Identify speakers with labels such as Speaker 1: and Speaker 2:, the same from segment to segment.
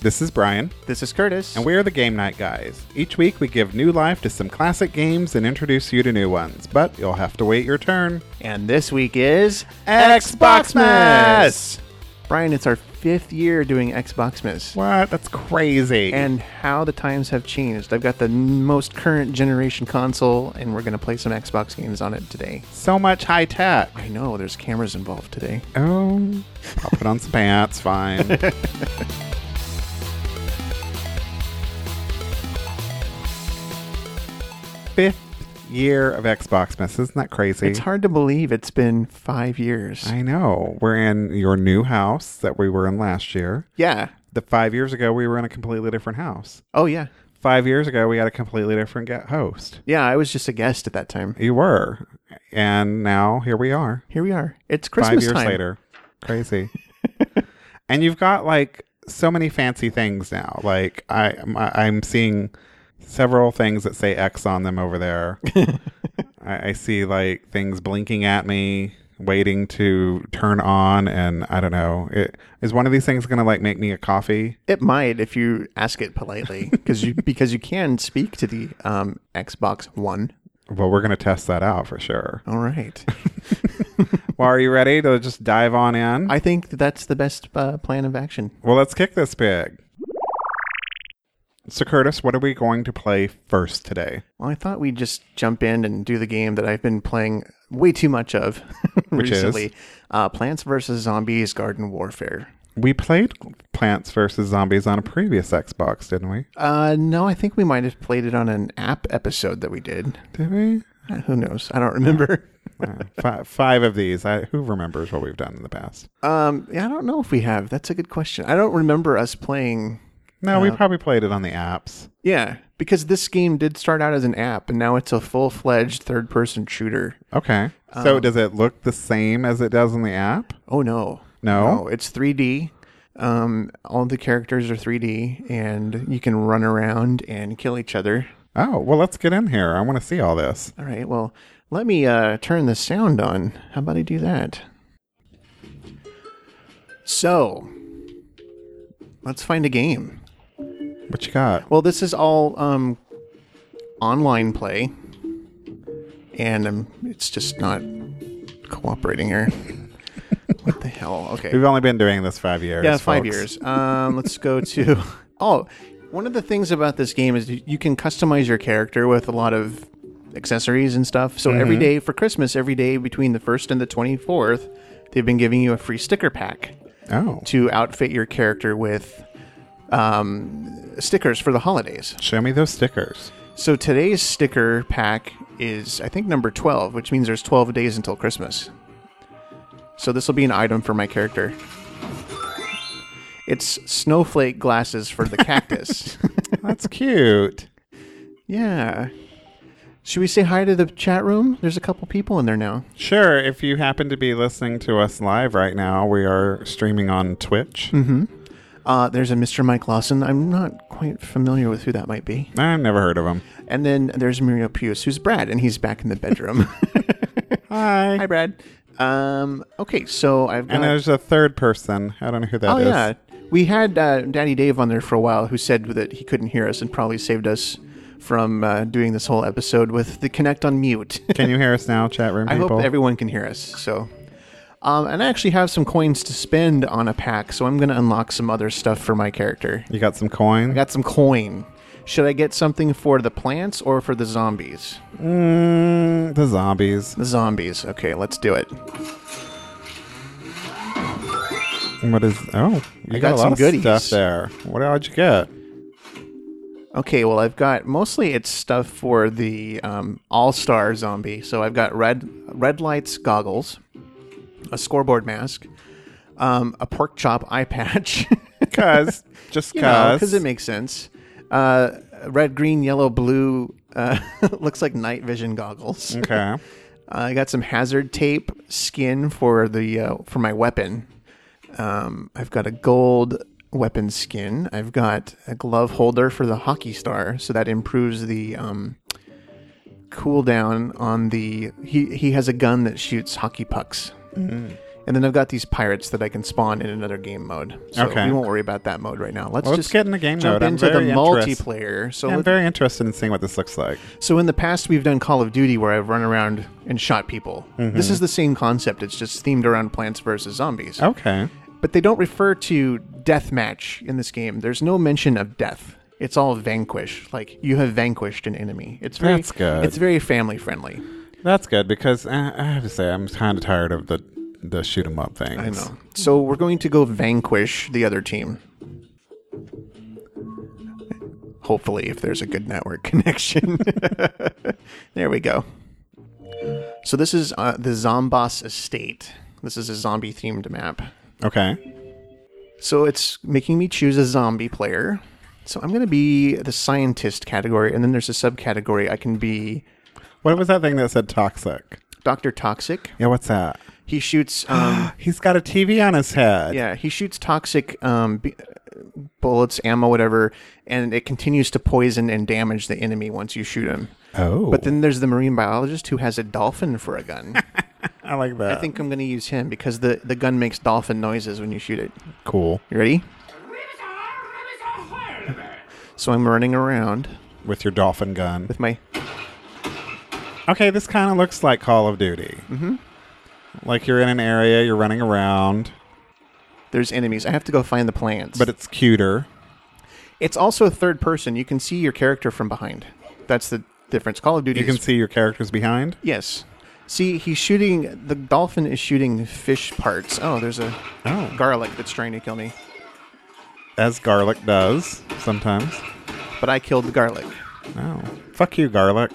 Speaker 1: This is Brian,
Speaker 2: This is Curtis.
Speaker 1: and we are the Game Night Guys. Each week we give new life to some classic games and introduce you to new ones, but you'll have to wait your turn.
Speaker 2: and this week is
Speaker 1: Xboxmas!
Speaker 2: Brian, it's our fifth year doing Xboxmas.
Speaker 1: What? That's crazy.
Speaker 2: And how the times have changed. I've got the most current generation console, and we're going to play some Xbox games on it today.
Speaker 1: so much high tech.
Speaker 2: I know there's cameras involved today.
Speaker 1: Oh, I'll put on some pants, fine. Fifth year of Xbox Miss. Isn't that crazy?
Speaker 2: It's hard to believe it's been five years.
Speaker 1: I know. We're in your new house that we were in last year.
Speaker 2: yeah.
Speaker 1: The five years ago, we were in a completely different house.
Speaker 2: Oh, yeah.
Speaker 1: Five years ago, we had a completely different ge- host.
Speaker 2: Yeah, I was just a guest at that time.
Speaker 1: You were. And now here we are.
Speaker 2: Here we are. It's Christmas
Speaker 1: five years
Speaker 2: time.
Speaker 1: later. Crazy. and you've got like so many fancy things now. Like I, my, I'm seeing several things that say X on them over there. I, I see like things blinking at me, waiting to turn on, and I don't know. It, is one of these things gonna like make me a coffee?
Speaker 2: It might if you ask it politely, because you because you can speak to the um, Xbox One.
Speaker 1: Well, we're gonna test that out for sure.
Speaker 2: All right,
Speaker 1: well, are you ready to just dive on in?
Speaker 2: I think that that's the best uh, plan of action.
Speaker 1: well, let's kick this big. So, Curtis, what are we going to play first today?
Speaker 2: Well, I thought we'd just jump in and do the game that I've been playing way too much of
Speaker 1: Which is?
Speaker 2: recently: Uh, Plants vs Zombies Garden Warfare.
Speaker 1: We played Plants vs. Zombies on a previous Xbox, didn't we?
Speaker 2: Uh, no, I think we might have played it on an app episode that we did.
Speaker 1: Did we?
Speaker 2: Uh, Who knows? I don't remember.
Speaker 1: Uh, fi- five of these. I, who remembers what we've done in the past?
Speaker 2: Um, yeah, I don't know if we have. That's a good question. I don't remember us playing
Speaker 1: No,
Speaker 2: Uh,
Speaker 1: we probably played it on the apps.
Speaker 2: Yeah, because this game did start out as an app, and now it's a full-fledged third-person shooter.
Speaker 1: Okay.
Speaker 2: um,
Speaker 1: so does it look the same as it does on the app?
Speaker 2: Oh no,
Speaker 1: No?
Speaker 2: it's 3D. Um, all the characters are 3D, and you can run around and kill each other.
Speaker 1: Oh, well, let's get in here. I want to see all this.
Speaker 2: All right, well, let me uh, turn the sound on. How about I do that? So, let's find a game.
Speaker 1: What you got?
Speaker 2: Well, this is all um, online play, and um, it's just not cooperating here. what the hell? Okay,
Speaker 1: We've only been doing this five years.
Speaker 2: yeah, five
Speaker 1: folks.
Speaker 2: years. Um, let's go to oh, one of the things about this game is you you can customize your character with a lot of accessories and stuff. So every day for Christmas, every day between the first and the twenty fourth, they've been giving you a free sticker pack
Speaker 1: Oh.
Speaker 2: to outfit your character with um, stickers for the holidays.
Speaker 1: Show me those stickers.
Speaker 2: So today's sticker pack is, I think, number 12, which means there's 12 days until Christmas. So this will be an item for my character. It's snowflake glasses for the cactus.
Speaker 1: That's cute.
Speaker 2: yeah. Should we say hi to the chat room? There's a couple people in there now.
Speaker 1: Sure, if you happen to be listening to us live right now, we are streaming on Twitch.
Speaker 2: Uh, there's a Mr. Mike Lawson. I'm not quite familiar with who that might be.
Speaker 1: I've never heard of them.
Speaker 2: And then there's Muriel Pius, who's Brad, and he's back in the bedroom.
Speaker 1: Hi.
Speaker 2: hi, Brad. Um, okay, so I've got.
Speaker 1: And there's a third person. I don't know who that
Speaker 2: Oh
Speaker 1: is.
Speaker 2: yeah, we had uh, Daddy Dave on there for a while, who said that he couldn't hear us and probably saved us from uh, doing this whole episode with the connect on mute.
Speaker 1: Can you hear us now, chat room
Speaker 2: I
Speaker 1: people?
Speaker 2: hope everyone can hear us. So, um, and I actually have some coins to spend on a pack, so I'm going to unlock some other stuff for my character.
Speaker 1: you got some coin?
Speaker 2: I got some coin. Should I get something for the plants or for the zombies?
Speaker 1: mm, the zombies.
Speaker 2: The zombies. Okay, let's do it.
Speaker 1: And What is? Oh, you got,
Speaker 2: got
Speaker 1: a lot
Speaker 2: some
Speaker 1: of
Speaker 2: goodies.
Speaker 1: stuff there. What how'd you get?
Speaker 2: Okay, well, I've got mostly it's stuff for the um, All Star Zombie. So I've got red red lights goggles, a scoreboard mask, um, a pork chop eye patch,
Speaker 1: Cause just
Speaker 2: because
Speaker 1: cause.
Speaker 2: it makes sense. Uh, red, green, yellow, blue. Uh, looks like night vision goggles.
Speaker 1: okay.
Speaker 2: Uh, I got some hazard tape skin for the uh, for my weapon. Um, I've got a gold weapon skin. I've got a glove holder for the hockey star, so that improves the um,
Speaker 1: Mm-hmm.
Speaker 2: cooldown on the. He he has a gun that shoots hockey pucks, And then I've got these pirates that I can spawn in another game mode. So
Speaker 1: Okay.
Speaker 2: we won't worry about that mode right now. Let's
Speaker 1: Let's
Speaker 2: just
Speaker 1: get in the game
Speaker 2: jump
Speaker 1: mode. I'm
Speaker 2: into the
Speaker 1: very interest-
Speaker 2: multiplayer. So
Speaker 1: Yeah, I'm
Speaker 2: let-
Speaker 1: very interested in seeing what this looks like.
Speaker 2: so in the past we've done Call of Duty where I've run around and shot people.
Speaker 1: Mm-hmm.
Speaker 2: This is the same concept. It's just themed around Plants vs Zombies.
Speaker 1: Okay.
Speaker 2: But they don't refer to deathmatch in this game. There's no mention of death. It's all vanquish. Like you have vanquished an enemy. It's very
Speaker 1: That's good.
Speaker 2: It's very family friendly.
Speaker 1: That's good because uh, I have to say I'm kind of tired of the the shoot 'em up things.
Speaker 2: I know. So we're going to go vanquish the other team. Hopefully, if there's a good network connection. there we go. So this is uh, the Zomboss Estate. This is a zombie themed map.
Speaker 1: Okay.
Speaker 2: So it's making me choose a zombie player. So I'm going to be the scientist category, and then there's a subcategory. I can be
Speaker 1: What was that thing that said toxic?
Speaker 2: Doctor Toxic.
Speaker 1: Yeah, what's that?
Speaker 2: He shoots. Um,
Speaker 1: He's got a TV on his head.
Speaker 2: Yeah, he shoots toxic um, b- bullets, ammo, whatever, and it continues to poison and damage the enemy once you shoot him.
Speaker 1: Oh.
Speaker 2: But then there's the marine biologist who has a dolphin for a gun.
Speaker 1: I like that.
Speaker 2: I think I'm going to use him because the, the gun makes dolphin noises when you shoot it.
Speaker 1: cool.
Speaker 2: You ready? So I'm running around
Speaker 1: With your dolphin gun.
Speaker 2: with my.
Speaker 1: Okay, this kind of looks like Call of Duty. Mm-hmm. Like you're in an area, you're running around,
Speaker 2: There's enemies. I have to go find the plants.
Speaker 1: but it's cuter.
Speaker 2: it's also third person. You can see your character from behind. That's the difference. Call of Duty
Speaker 1: You
Speaker 2: is
Speaker 1: can see your characters behind.
Speaker 2: Yes. See, he's shooting. The dolphin is shooting fish parts. Oh, there's a
Speaker 1: Oh.
Speaker 2: garlic that's trying to kill me.
Speaker 1: As garlic does sometimes.
Speaker 2: But I killed the garlic.
Speaker 1: Oh. Fuck you, garlic.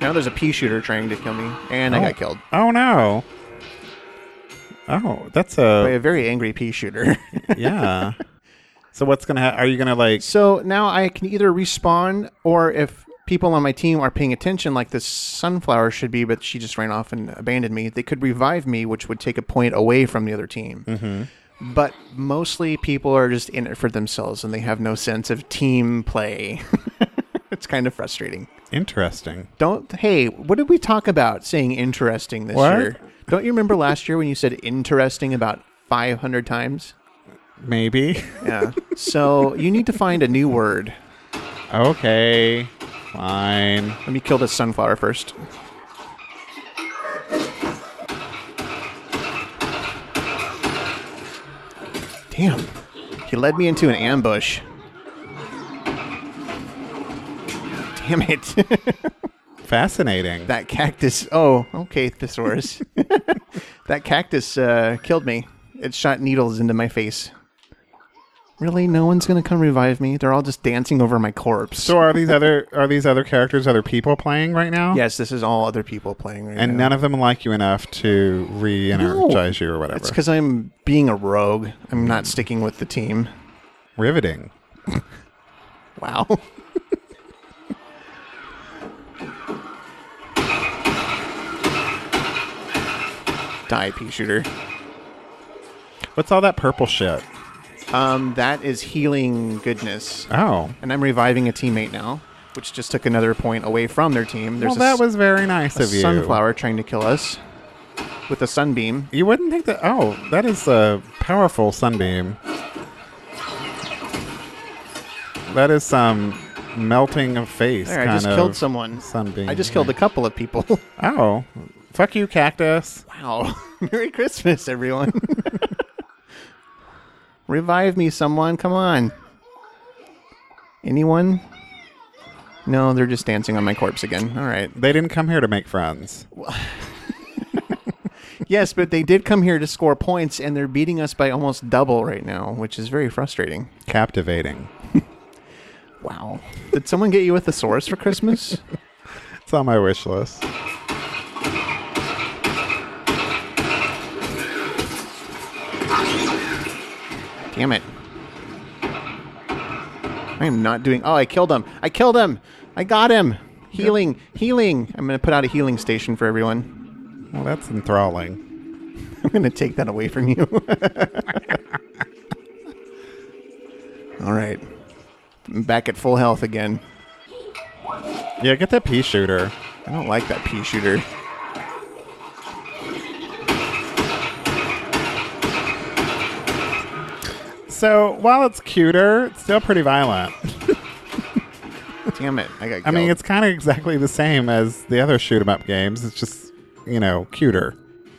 Speaker 2: Now there's a pea shooter trying to kill me, and I
Speaker 1: oh.
Speaker 2: got killed
Speaker 1: Oh no. Oh, that's
Speaker 2: by
Speaker 1: a
Speaker 2: a very angry pea shooter.
Speaker 1: yeah. so what's gonna ha- are you gonna like?
Speaker 2: so now I can either respawn, or if people on my team are paying attention, like this sunflower should be, but she just ran off and abandoned me, they could revive me, which would take a point away from the other team. Mm-hmm. But mostly people are just in it for themselves, and they have no sense of team play. it's kind of frustrating.
Speaker 1: Interesting.
Speaker 2: Don't hey, what did we talk about saying interesting this
Speaker 1: What?
Speaker 2: year? Don't you remember last year when you said interesting about 500 times?
Speaker 1: Maybe.
Speaker 2: Yeah. so you need to find a new word.
Speaker 1: okay. Fine.
Speaker 2: Let me kill this sunflower first. Damn. He led me into an ambush. Damn it.
Speaker 1: Fascinating.
Speaker 2: that cactus. Oh, okay, thesaurus. that cactus uh, killed me. It shot needles into my face. Really, no one's gonna come revive me. They're all just dancing over my corpse.
Speaker 1: so are these other are these other characters other people playing right now?
Speaker 2: yes, this is all other people playing right
Speaker 1: And
Speaker 2: now.
Speaker 1: none of them like you enough to re-energize you or whatever.
Speaker 2: it's because I'm being a rogue. I'm not sticking with the team.
Speaker 1: Riveting.
Speaker 2: Wow. Die, pea shooter.
Speaker 1: What's all that purple shit?
Speaker 2: Um, that is healing goodness.
Speaker 1: Oh.
Speaker 2: and I'm reviving a teammate now, which just took another point away from their team. There's
Speaker 1: Well,
Speaker 2: a,
Speaker 1: that
Speaker 2: s-
Speaker 1: was very nice
Speaker 2: a
Speaker 1: of you.
Speaker 2: sunflower trying to kill us with a sunbeam.
Speaker 1: You wouldn't think that. Oh, that is a powerful sunbeam. That is some melting of face.
Speaker 2: There, I
Speaker 1: kind
Speaker 2: just
Speaker 1: of
Speaker 2: killed someone.
Speaker 1: Sunbeam.
Speaker 2: I just killed a couple of people.
Speaker 1: Oh, fuck you, cactus.
Speaker 2: wow. Merry Christmas, everyone. Revive me, someone. Come on. Anyone? No, they're just dancing on my corpse again. All right.
Speaker 1: They didn't come here to make friends.
Speaker 2: Yes, but they did come here to score points, and they're beating us by almost double right now, which is very frustrating.
Speaker 1: Captivating.
Speaker 2: Wow. Did someone get you a thesaurus for Christmas?
Speaker 1: It's on my wish list.
Speaker 2: Damn it. I am not doing. Oh, I killed him. I killed him. I got him. Healing. Healing. I'm going to put out a healing station for everyone.
Speaker 1: Well, that's enthralling.
Speaker 2: I'm going to take that away from you. All right. I'm back at full health again.
Speaker 1: Yeah, get that pea shooter.
Speaker 2: I don't like that pea shooter.
Speaker 1: So while it's cuter, it's still pretty violent.
Speaker 2: Damn it! I got.
Speaker 1: I mean,
Speaker 2: killed.
Speaker 1: it's kind of exactly the same as the other shoot 'em up games. It's just you know cuter.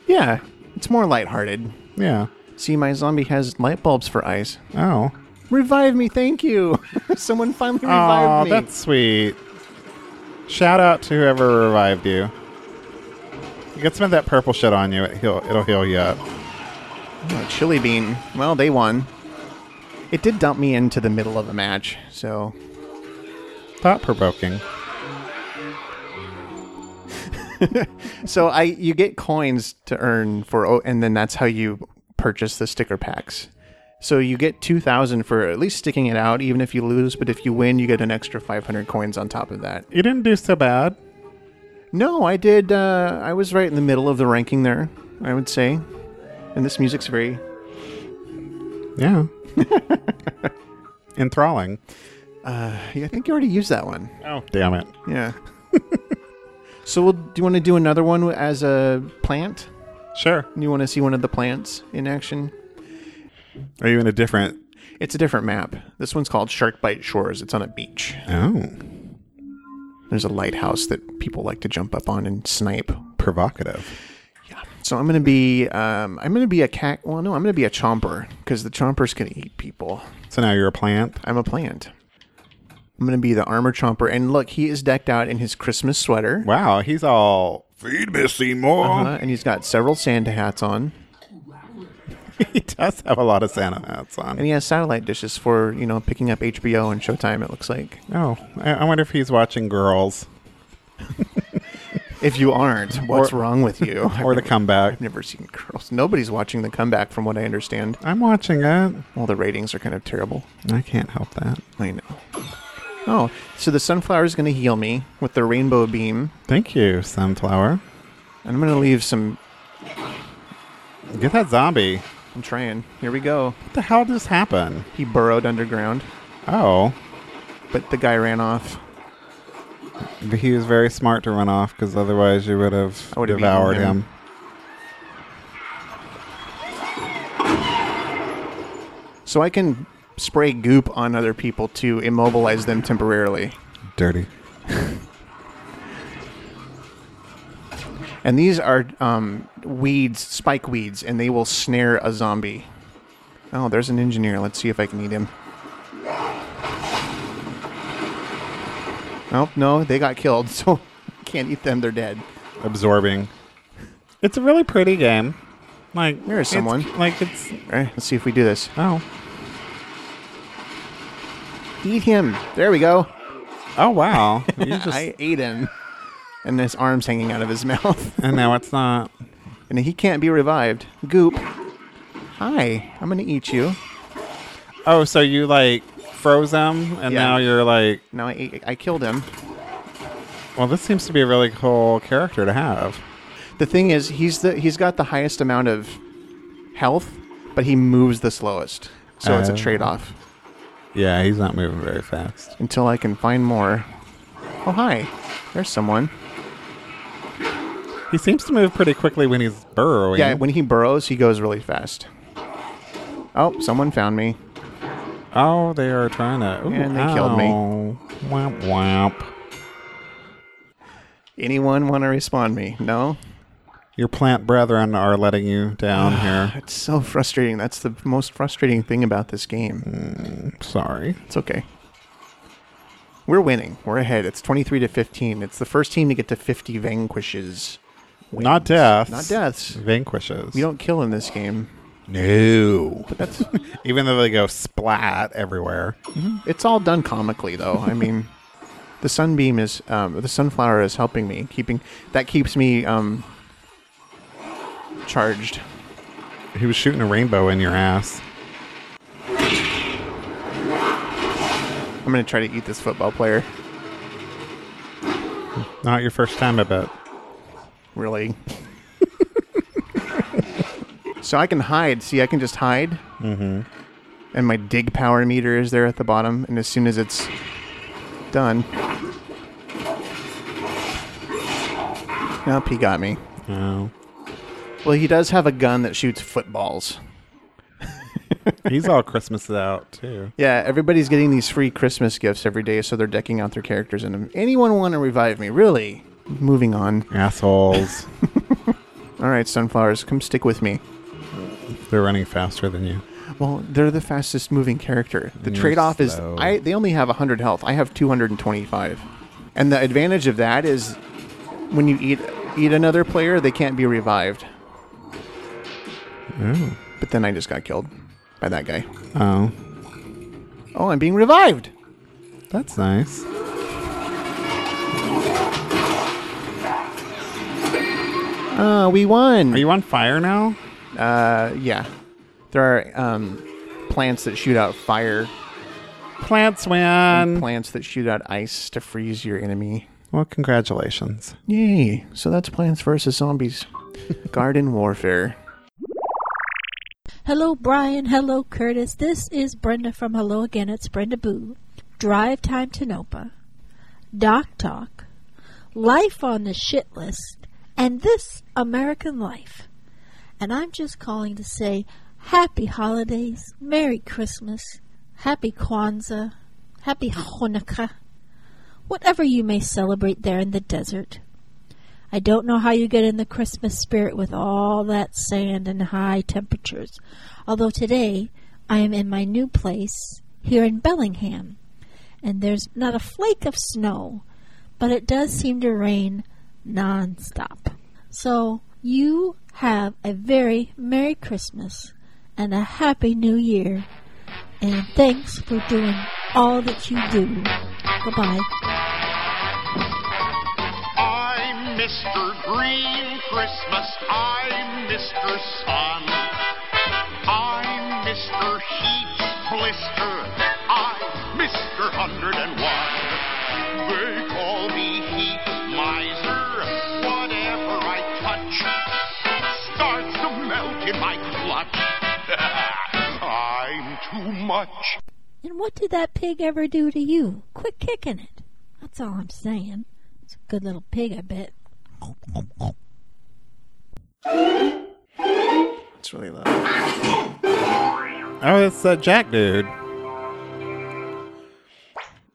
Speaker 2: yeah, it's more lighthearted.
Speaker 1: Yeah.
Speaker 2: See, my zombie has light bulbs for eyes.
Speaker 1: Oh.
Speaker 2: Revive me, thank you. Someone finally
Speaker 1: Aw,
Speaker 2: revived me.
Speaker 1: that's sweet. Shout out to whoever revived you. You get some of that purple shit on you. It heal, it'll heal you up.
Speaker 2: Oh, chili bean. Well, they won. It did dump me into the middle of a match, so
Speaker 1: Thought provoking.
Speaker 2: so I you get coins to earn for, oh, and then that's how you purchase the sticker packs. So you get two thousand for at least sticking it out, even if you lose. But if you win, you get an extra five hundred coins on top of that.
Speaker 1: You didn't do so bad.
Speaker 2: No, I did. Uh, I was right in the middle of the ranking there. I would say, and this music's very
Speaker 1: Yeah. Enthralling.
Speaker 2: I think you already used that one.
Speaker 1: Oh, damn it.
Speaker 2: Yeah. so we'll, do you want to do another one as a plant?
Speaker 1: Sure.
Speaker 2: You want to see one of the plants in action?
Speaker 1: Are you in a different?
Speaker 2: It's a different map. This one's called Shark Bite Shores. It's on a beach.
Speaker 1: Oh,
Speaker 2: There's a lighthouse that people like to jump up on and snipe.
Speaker 1: provocative.
Speaker 2: Yeah. So I'm gonna be um, I'm gonna be a cat. Well, no, I'm gonna be a chomper because the chomper's gonna eat people.
Speaker 1: So now you're a plant.
Speaker 2: I'm a plant. I'm gonna be the armor chomper. And look, he is decked out in his Christmas sweater,
Speaker 1: Wow, he's all feed me Seymour.
Speaker 2: uh, and he's got several Santa hats on.
Speaker 1: he does have a lot of Santa hats on.
Speaker 2: And he has satellite dishes for, you know, picking up HBO and Showtime, it looks like.
Speaker 1: Oh, I, I wonder if he's watching Girls
Speaker 2: If you aren't, what's wrong with you?
Speaker 1: or The Comeback.
Speaker 2: I've never seen girls. Nobody's watching the comeback from what I understand.
Speaker 1: I'm watching it.
Speaker 2: All the ratings are kind of terrible.
Speaker 1: I can't help that.
Speaker 2: I know. Oh, so the sunflower is going to heal me with the rainbow beam.
Speaker 1: Thank you, Sunflower.
Speaker 2: And I'm going to leave some.
Speaker 1: Get that zombie.
Speaker 2: I'm trying. Here we go.
Speaker 1: What the hell just happened?
Speaker 2: He burrowed underground,
Speaker 1: Oh,
Speaker 2: but the guy ran off.
Speaker 1: but he was very smart to run off because otherwise you would have
Speaker 2: I would've eaten
Speaker 1: devoured
Speaker 2: him.
Speaker 1: him.
Speaker 2: So I can spray goop on other people to immobilize them temporarily.
Speaker 1: Dirty.
Speaker 2: And these are um, weeds, spike weeds, and they will snare a zombie. Oh, there's an engineer. Let's see if I can eat him. Oh, no, they got killed, so can't eat them. They're dead.
Speaker 1: Absorbing. It's a really pretty game. Like
Speaker 2: There is
Speaker 1: it's-
Speaker 2: someone.
Speaker 1: Like it's
Speaker 2: All right, let's see if we do this.
Speaker 1: oh
Speaker 2: Eat him. There we go.
Speaker 1: oh wow. You just,
Speaker 2: I ate him. And his arm's hanging out of his mouth.
Speaker 1: and now it's not.
Speaker 2: and he can't be revived. Goop. Hi, I'm going to eat you.
Speaker 1: Oh, so you like froze him, and
Speaker 2: Yeah.
Speaker 1: now you're like,
Speaker 2: Now I, ate, I killed him.
Speaker 1: well, this seems to be a really cool character to have.
Speaker 2: The thing is, he's the he's got the highest amount of health, but he moves the slowest. So it's a
Speaker 1: Oh.
Speaker 2: trade off.
Speaker 1: Yeah, he's not moving very fast.
Speaker 2: Until I can find more. Oh hi, there's someone.
Speaker 1: He seems to move pretty quickly when he's burrowing.
Speaker 2: Yeah, when he burrows, he goes really fast. Oh, someone found me.
Speaker 1: Oh, they are trying to. Ooh,
Speaker 2: And they killed me.
Speaker 1: ow. Womp womp.
Speaker 2: Anyone want to respond me? No.
Speaker 1: Your plant brethren are letting you down here.
Speaker 2: It's so frustrating. That's the most frustrating thing about this game.
Speaker 1: Sorry.
Speaker 2: It's okay. We're winning. We're ahead. It's 23 to 15. It's the first team to get to 50 vanquishes.
Speaker 1: Not deaths.
Speaker 2: Not deaths.
Speaker 1: Vanquishes.
Speaker 2: We don't kill in this game.
Speaker 1: No.
Speaker 2: That's
Speaker 1: Even though they go splat everywhere.
Speaker 2: it's all done comically though. I mean, the sunbeam is um, the sunflower is helping me, keeping that keeps me um, charged.
Speaker 1: He was shooting a rainbow in your ass.
Speaker 2: I'm gonna try to eat this football player.
Speaker 1: Not your first time, I bet.
Speaker 2: Really. so I can hide. See, I can just hide. Mm-hmm. And my dig power meter is there at the bottom. And as soon as it's done, nope, he got me.
Speaker 1: Oh.
Speaker 2: Well, he does have a gun that shoots footballs.
Speaker 1: He's all Christmased out too.
Speaker 2: Yeah, everybody's getting these free Christmas gifts every day, so they're decking out their characters in them. Anyone want to revive me? Really? Moving on.
Speaker 1: Assholes.
Speaker 2: All right, sunflowers, come stick with me.
Speaker 1: They're running faster than you.
Speaker 2: Well, they're the fastest moving character. The
Speaker 1: You're
Speaker 2: trade off is
Speaker 1: slow.
Speaker 2: I they only have 100 health. I have 225. And the advantage of that is when you eat eat another player, they can't be revived. But then I just got killed by that guy.
Speaker 1: Oh,
Speaker 2: Oh, I'm being revived.
Speaker 1: that's nice.
Speaker 2: Uh, we won.
Speaker 1: Are you on fire now?
Speaker 2: uh, yeah. There are um, plants that shoot out fire,
Speaker 1: Plants win.
Speaker 2: plants that shoot out ice to freeze your enemy.
Speaker 1: well, congratulations.
Speaker 2: Yay. So that's Plants vs. Zombies. Garden Warfare.
Speaker 3: Hello, Brian. Hello, Curtis. This is Brenda from Hello Again. It's Brenda Boo. Drive Time to Nopa. Doc Talk. Life on the Shit List. And This American Life. And I'm just calling to say Happy Holidays. Merry Christmas. Happy Kwanzaa. Happy Hanukkah. Whatever you may celebrate there in the desert. I don't know how you get in the Christmas spirit with all that sand and high temperatures. Although today I am in my new place here in Bellingham, and there's not a flake of snow, but it does seem to rain nonstop. So you have a very Merry Christmas and a Happy New Year, and thanks for doing all that you do. Bye bye.
Speaker 4: I'm Mr. Green Christmas. I'm Mr. Sun. I'm Mr. Heat Blister. I'm Mr. 101. They call me Heat Miser. Whatever I touch starts to melt in my clutch. I'm too much.
Speaker 3: And what did that pig ever do to you? Quit kicking it. That's all I'm saying. It's a good little pig, I bet.
Speaker 2: It's really loud.
Speaker 1: Oh, that's that Jack dude.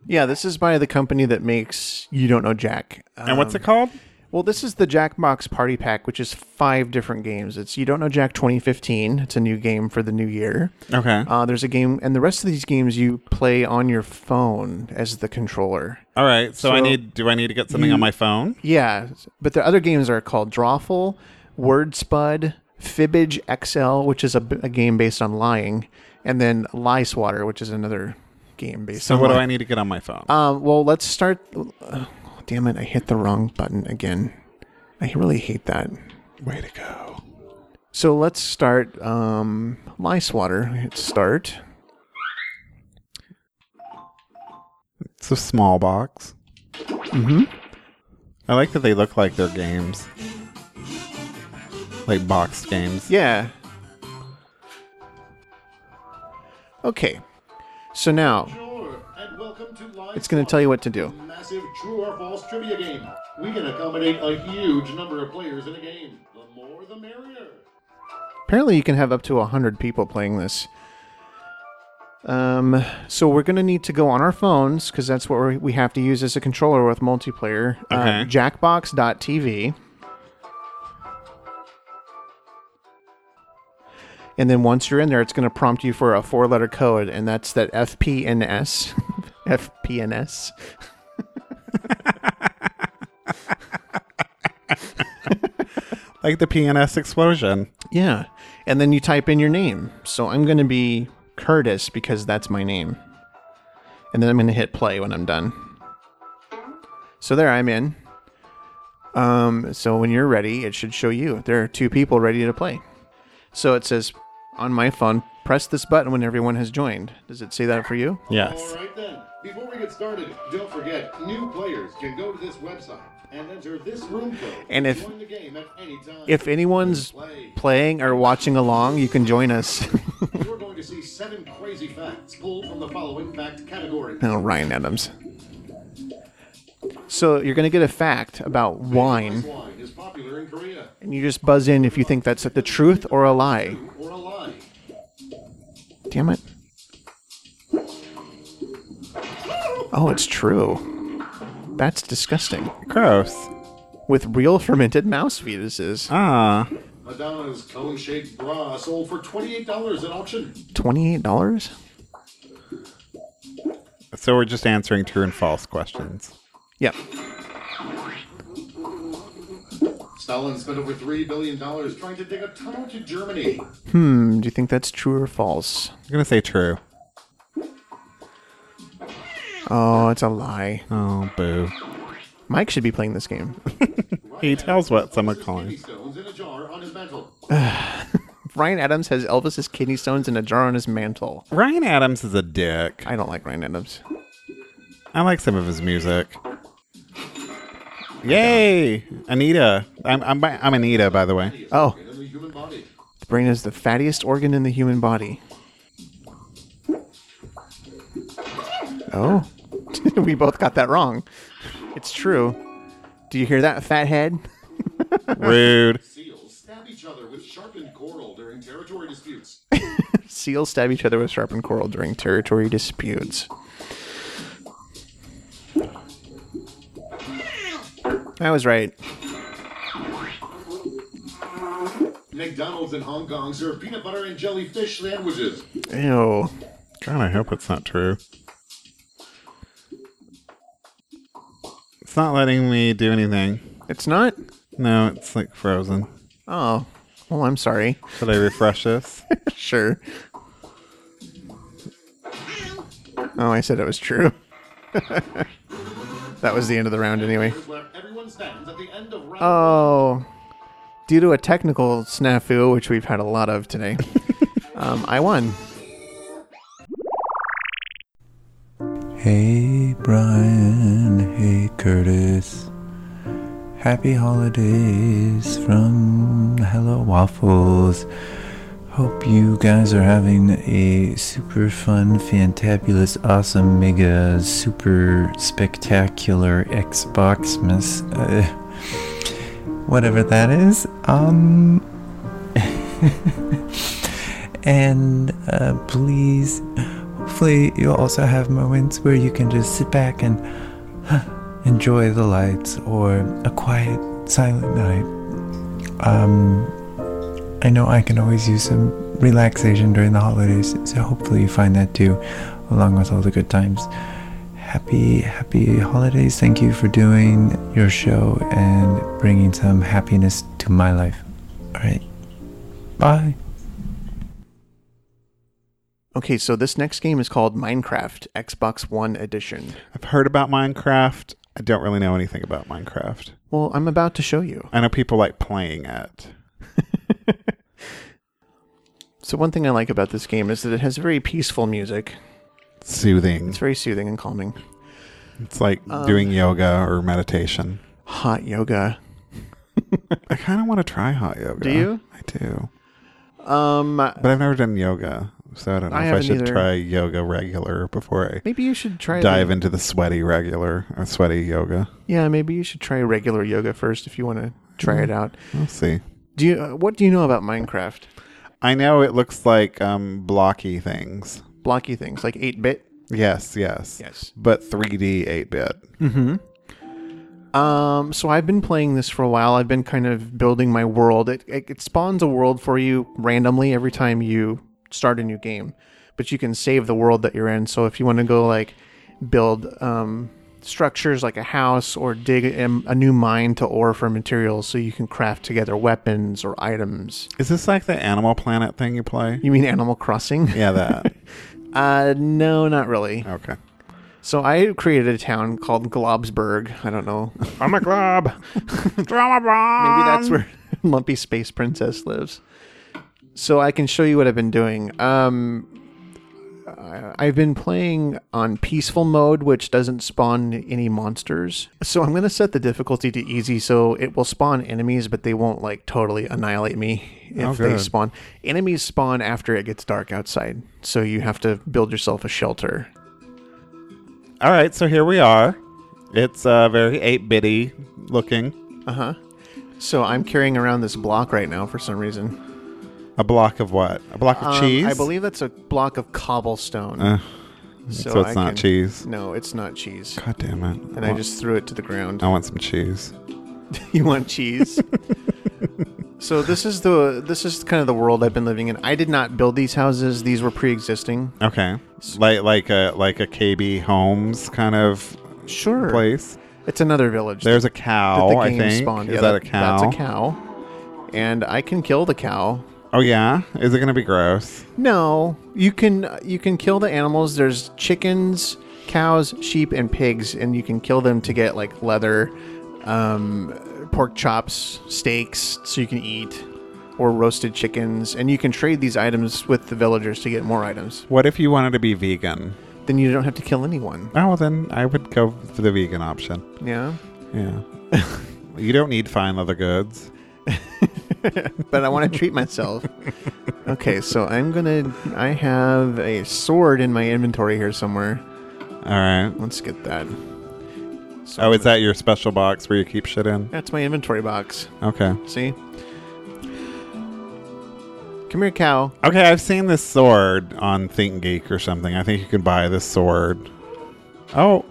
Speaker 2: Yeah, this is by the company that makes You Don't Know Jack. Uh,
Speaker 1: And what's it called?
Speaker 2: Well, this is the Jackbox Party Pack, which is five different games. It's You Don't Know Jack 2015. It's a new game for the new year.
Speaker 1: Okay.
Speaker 2: Uh, there's a game, and the rest of these games you play on your phone as the controller.
Speaker 1: All right. So, I
Speaker 2: so
Speaker 1: need. Do I need to get something on my phone?
Speaker 2: Yeah, but the other games are called Drawful, Word Spud, Fibbage XL, which is a, b- a game based on lying, and then Lie Swatter, which is another game based
Speaker 1: So
Speaker 2: on
Speaker 1: what do
Speaker 2: lying.
Speaker 1: I need to get on my phone?
Speaker 2: Um, well, let's start. oh, damn it! I hit the wrong button again. I really hate that.
Speaker 1: Way to go.
Speaker 2: So let's start. Um, lice water. Hit start.
Speaker 1: It's a small box. Mm-hmm. I like that they look like they're games, like boxed games.
Speaker 2: Yeah. Okay. So now
Speaker 5: Sure, and welcome to Live
Speaker 2: it's going to tell you what to do.
Speaker 5: Massive True or False Trivia Game. We can accommodate a huge number of players in a game. The more, the merrier.
Speaker 2: Apparently, you can have up to 100 people playing this. Um, so we're going to need to go on our phones because that's what we we have to use as a controller with multiplayer. Uh,
Speaker 1: Okay.
Speaker 2: Jackbox.tv. And then once you're in there, it's going to prompt you for a four letter code, and that's that FPNS. FPNS.
Speaker 1: Like the PNS explosion.
Speaker 2: Yeah. And then you type in your name. So I'm going to be Curtis because that's my name. And then I'm going to hit play when I'm done. So there I'm in. Um, so when you're ready, it should show you. There are two people ready to play. So it says on my phone, press this button when everyone has joined. Does it say that for you?
Speaker 1: Yes.
Speaker 5: All right then. Before we get started, don't forget new players can go to this website and enter this room code
Speaker 2: And
Speaker 5: to
Speaker 2: if-
Speaker 5: join the game at any time.
Speaker 2: If anyone's
Speaker 5: Play.
Speaker 2: playing or watching along, you can join us.
Speaker 5: You're going to see seven crazy facts pulled from the following fact category.
Speaker 2: oh, Ryan Adams. So you're going to get a fact about wine.
Speaker 5: Wine is popular in Korea.
Speaker 2: and you just buzz in if you think that's the truth or a lie.
Speaker 5: Or a lie.
Speaker 2: Damn it. Oh, it's true. That's disgusting.
Speaker 1: Gross.
Speaker 2: With real fermented mouse fetuses.
Speaker 1: Ah,
Speaker 5: Madonna's cone shaped bra sold for $28 at auction.
Speaker 2: $28?
Speaker 1: so we're just answering true and false questions.
Speaker 2: Yep.
Speaker 5: Stalin spent over $3 billion trying to dig a tunnel to Germany.
Speaker 2: Hmm, do you think that's true or false?
Speaker 1: I'm gonna say true.
Speaker 2: Oh, it's a lie.
Speaker 1: Oh, boo.
Speaker 2: Mike should be playing this game.
Speaker 1: He tells what someone
Speaker 5: Kidney
Speaker 1: calling.
Speaker 5: stones in a jar on his mantle.
Speaker 2: Ryan Adams has Elvis's kidney stones in a jar on his mantle.
Speaker 1: Ryan Adams is a dick.
Speaker 2: I don't like Ryan Adams.
Speaker 1: I like some of his music. Yay, Anita! I'm I'm by- I'm Anita, by the way.
Speaker 2: Oh,
Speaker 5: In the human body.
Speaker 2: the brain is the fattiest organ in the human body. Oh, we both got that wrong. It's true. Do you hear that, fat head?
Speaker 1: Rude.
Speaker 5: Seals stab each other with sharpened coral during territory disputes.
Speaker 2: Seals stab each other with sharpened coral during territory disputes. I was right.
Speaker 5: McDonald's in Hong Kong serve peanut butter and jelly fish sandwiches.
Speaker 2: Ew.
Speaker 1: God, I hope it's not true. It's not letting me do anything.
Speaker 2: It's not?
Speaker 1: No, it's like frozen.
Speaker 2: Oh. Well, I'm sorry.
Speaker 1: Should I refresh this?
Speaker 2: sure. Oh, I said it was true. that was the end of the round anyway.
Speaker 5: Here's where everyone stands at the end of round
Speaker 2: Oh. Due to a technical snafu, which we've had a lot of today, um, I won.
Speaker 6: Hey Brian, hey Curtis. Happy holidays from Hello Waffles. Hope you guys are having a super fun, fantabulous, awesome, mega, super spectacular Xbox miss. Uh, whatever that is. Um. and uh, please Hopefully, you'll also have moments where you can just sit back and enjoy the lights or a quiet, silent night. Um, I know I can always use some relaxation during the holidays, so hopefully, you find that too, along with all the good times. Happy, happy holidays. Thank you for doing your show and bringing some happiness to my life. All right. Bye.
Speaker 2: Okay, so this next game is called Minecraft Xbox One Edition.
Speaker 1: I've heard about Minecraft. I don't really know anything about Minecraft.
Speaker 2: Well, I'm about to show you.
Speaker 1: I know people like playing it.
Speaker 2: So, one thing I like about this game is that it has very peaceful music.
Speaker 1: Soothing.
Speaker 2: It's very soothing and calming.
Speaker 1: It's like
Speaker 2: Um,
Speaker 1: doing yoga or meditation.
Speaker 2: Hot yoga.
Speaker 1: I kind of want to try hot yoga.
Speaker 2: Do you?
Speaker 1: I do.
Speaker 2: Um,
Speaker 1: But I've never done yoga, so I don't know
Speaker 2: I
Speaker 1: if I
Speaker 2: haven't
Speaker 1: should
Speaker 2: either.
Speaker 1: try yoga regular before I
Speaker 2: maybe you should try
Speaker 1: dive
Speaker 2: the-
Speaker 1: into the sweaty regular or sweaty yoga.
Speaker 2: Yeah, maybe you should try regular yoga first if you want to try it out.
Speaker 1: We'll see.
Speaker 2: Do you? Uh, what do you know about Minecraft?
Speaker 1: I know it looks like um, blocky things.
Speaker 2: Blocky things like eight bit.
Speaker 1: Yes, yes,
Speaker 2: Yes.
Speaker 1: But 3D 8 bit.
Speaker 2: Um, so I've been playing this for a while. I've been kind of building my world. It, it it spawns a world for you randomly every time you start a new game, but you can save the world that you're in. So if you want to go like build um, structures like a house or dig a, um, a new mine to ore for materials, so you can craft together weapons or items.
Speaker 1: Is this like the Animal Planet thing you play?
Speaker 2: You mean Animal Crossing?
Speaker 1: Yeah, that.
Speaker 2: Uh, no, not really.
Speaker 1: okay.
Speaker 2: So I created a town called Globsburg. I don't know.
Speaker 1: I'm a glob. Drama bomb.
Speaker 2: Maybe that's where Lumpy Space Princess lives. So I can show you what I've been doing. Um, I- I've been playing on peaceful mode, which doesn't spawn any monsters. So I'm going to set the difficulty to easy, so it will spawn enemies, but they won't like totally annihilate me if
Speaker 1: Oh,
Speaker 2: they
Speaker 1: good.
Speaker 2: spawn. Enemies spawn after it gets dark outside, so you have to build yourself a shelter.
Speaker 1: All right, so here we are. It's uh, very 8 bitty looking.
Speaker 2: So I'm carrying around this block right now for some reason.
Speaker 1: A block of what? A block of
Speaker 2: Um,
Speaker 1: cheese?
Speaker 2: I believe that's a block of cobblestone.
Speaker 1: Uh,
Speaker 2: so,
Speaker 1: so it's
Speaker 2: I
Speaker 1: not
Speaker 2: can-
Speaker 1: cheese.
Speaker 2: No, it's not cheese.
Speaker 1: God damn it.
Speaker 2: And I
Speaker 1: want-
Speaker 2: just threw it to the ground.
Speaker 1: I want some cheese.
Speaker 2: you want cheese? so this is the this is kind of the world I've been living in. I did not build these houses; these were pre-existing.
Speaker 1: Okay. Like like a like a KB Homes kind of
Speaker 2: Sure,
Speaker 1: place.
Speaker 2: it's another village.
Speaker 1: There's a
Speaker 2: that
Speaker 1: cow, I think.
Speaker 2: spawned.
Speaker 1: Is
Speaker 2: Yeah,
Speaker 1: that, a cow?
Speaker 2: That's a cow. And I can kill the cow.
Speaker 1: Oh yeah. Is it gonna be gross?
Speaker 2: No, you can you can kill the animals. There's chickens, cows, sheep, and pigs, and you can kill them to get like leather, um, pork chops, steaks, so you can eat, or roasted chickens, and you can trade these items with the villagers to get more items.
Speaker 1: What if you wanted to be vegan?
Speaker 2: Then you don't have to kill anyone.
Speaker 1: Oh well then I would go for the vegan option.
Speaker 2: Yeah,
Speaker 1: Yeah. you don't need fine leather goods.
Speaker 2: but I want to treat myself. Okay, so I'm gonna. I have a sword in my inventory here somewhere.
Speaker 1: All right.
Speaker 2: Let's get that. So
Speaker 1: Oh, is that your special box where you keep shit in?
Speaker 2: that's my inventory box.
Speaker 1: Okay.
Speaker 2: See? Come here, cow.
Speaker 1: Okay, I've seen this sword on Think Geek or something. I think you can buy this sword. Oh,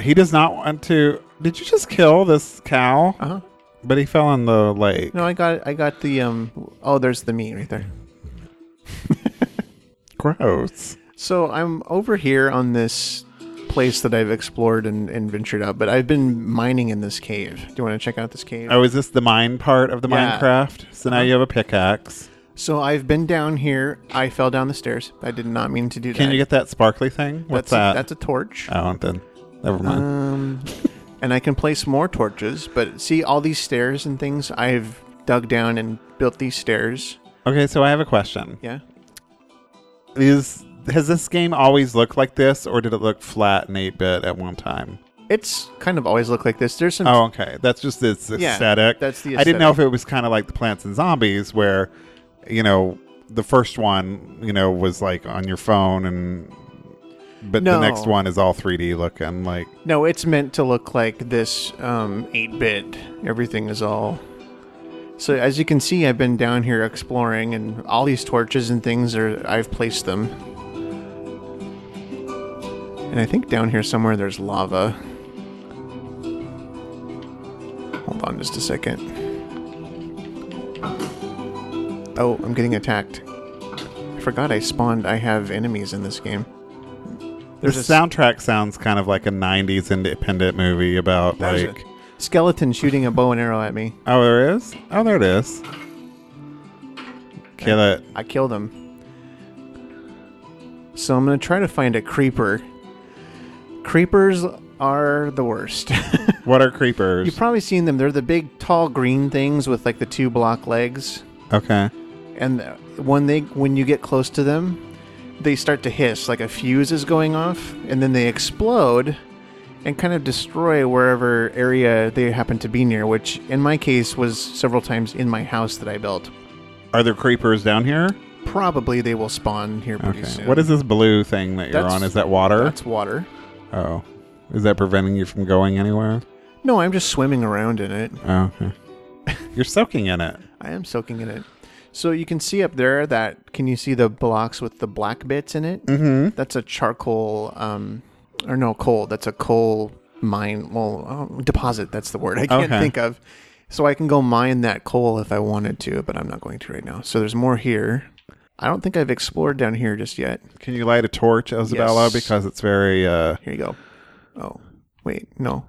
Speaker 1: he does not want to. Did you just kill this cow?
Speaker 2: Uh-huh.
Speaker 1: But he fell in the lake.
Speaker 2: No, I got I got the um oh there's the meat right there.
Speaker 1: Gross.
Speaker 2: So I'm over here on this place that I've explored and, and ventured out, but I've been mining in this cave. Do you want to check out this cave?
Speaker 1: Oh, is this the mine part of the
Speaker 2: Yeah. Uh-huh.
Speaker 1: Minecraft? So now you have a pickaxe.
Speaker 2: So I've been down here. I fell down the stairs. I did not mean to do that.
Speaker 1: Can you get that sparkly thing? What's
Speaker 2: that's a-
Speaker 1: that?
Speaker 2: that's a torch.
Speaker 1: oh, then never mind.
Speaker 2: Um, and I can place more torches, but see all these stairs and things. I've dug down and built these stairs.
Speaker 1: okay, so I have a question.
Speaker 2: Yeah.
Speaker 1: Is has this game always looked like this, or did it look flat and eight bit at one time?
Speaker 2: It's kind of always looked like this. There's some
Speaker 1: Oh, okay. That's just its
Speaker 2: Yeah,
Speaker 1: aesthetic.
Speaker 2: that's the
Speaker 1: I didn't know if
Speaker 2: aesthetic.
Speaker 1: it was kind of like the Plants and Zombies, where you know the first one, you know, was like on your phone, and but
Speaker 2: No.
Speaker 1: the next one is all 3D looking. Like,
Speaker 2: No, it's meant to look like this um, 8 bit. Everything is all. So, as you can see, I've been down here exploring, and all these torches and things are. I've placed them. And I think down here somewhere there's lava. Hold on just a second. Oh, I'm getting attacked. I forgot I spawned. I have enemies in this game.
Speaker 1: the
Speaker 2: a s-
Speaker 1: soundtrack sounds kind of like a '90s independent movie about
Speaker 2: There's a
Speaker 1: like.
Speaker 2: skeleton shooting a bow and arrow at me.
Speaker 1: Oh, there is. Oh, there it is. Kill it.
Speaker 2: I killed him. So I'm gonna try to find a creeper. Creepers are the worst.
Speaker 1: What are creepers?
Speaker 2: You've probably seen them. They're the big, tall, green things with like the two block legs.
Speaker 1: okay.
Speaker 2: And uh, when they, when you get close to them, they start to hiss like a fuse is going off, and then they explode and kind of destroy wherever area they happen to be near. Which, in my case, was several times in my house that I built.
Speaker 1: Are there creepers down here?
Speaker 2: Probably they will spawn here pretty
Speaker 1: Okay.
Speaker 2: soon.
Speaker 1: What is this blue thing that you're
Speaker 2: That's-
Speaker 1: on? Is that water?
Speaker 2: That's water.
Speaker 1: Oh. Is that preventing you from going anywhere?
Speaker 2: No, I'm just swimming around in it.
Speaker 1: Oh, okay. You're soaking in it.
Speaker 2: I am soaking in it. So you can see up there that can you see the blocks with the black bits in it?
Speaker 1: Mm.
Speaker 2: Mm-hmm. That's a charcoal, um, or no coal. That's a coal mine. Well, oh, deposit. That's the word I can't
Speaker 1: Okay.
Speaker 2: think of. So I can go mine that coal if I wanted to, but I'm not going to right now. So there's more here. I don't think I've explored down here just yet.
Speaker 1: Can you light a torch, Isabella?
Speaker 2: Yes.
Speaker 1: Because it's very uh
Speaker 2: Here you go. Oh, wait, no.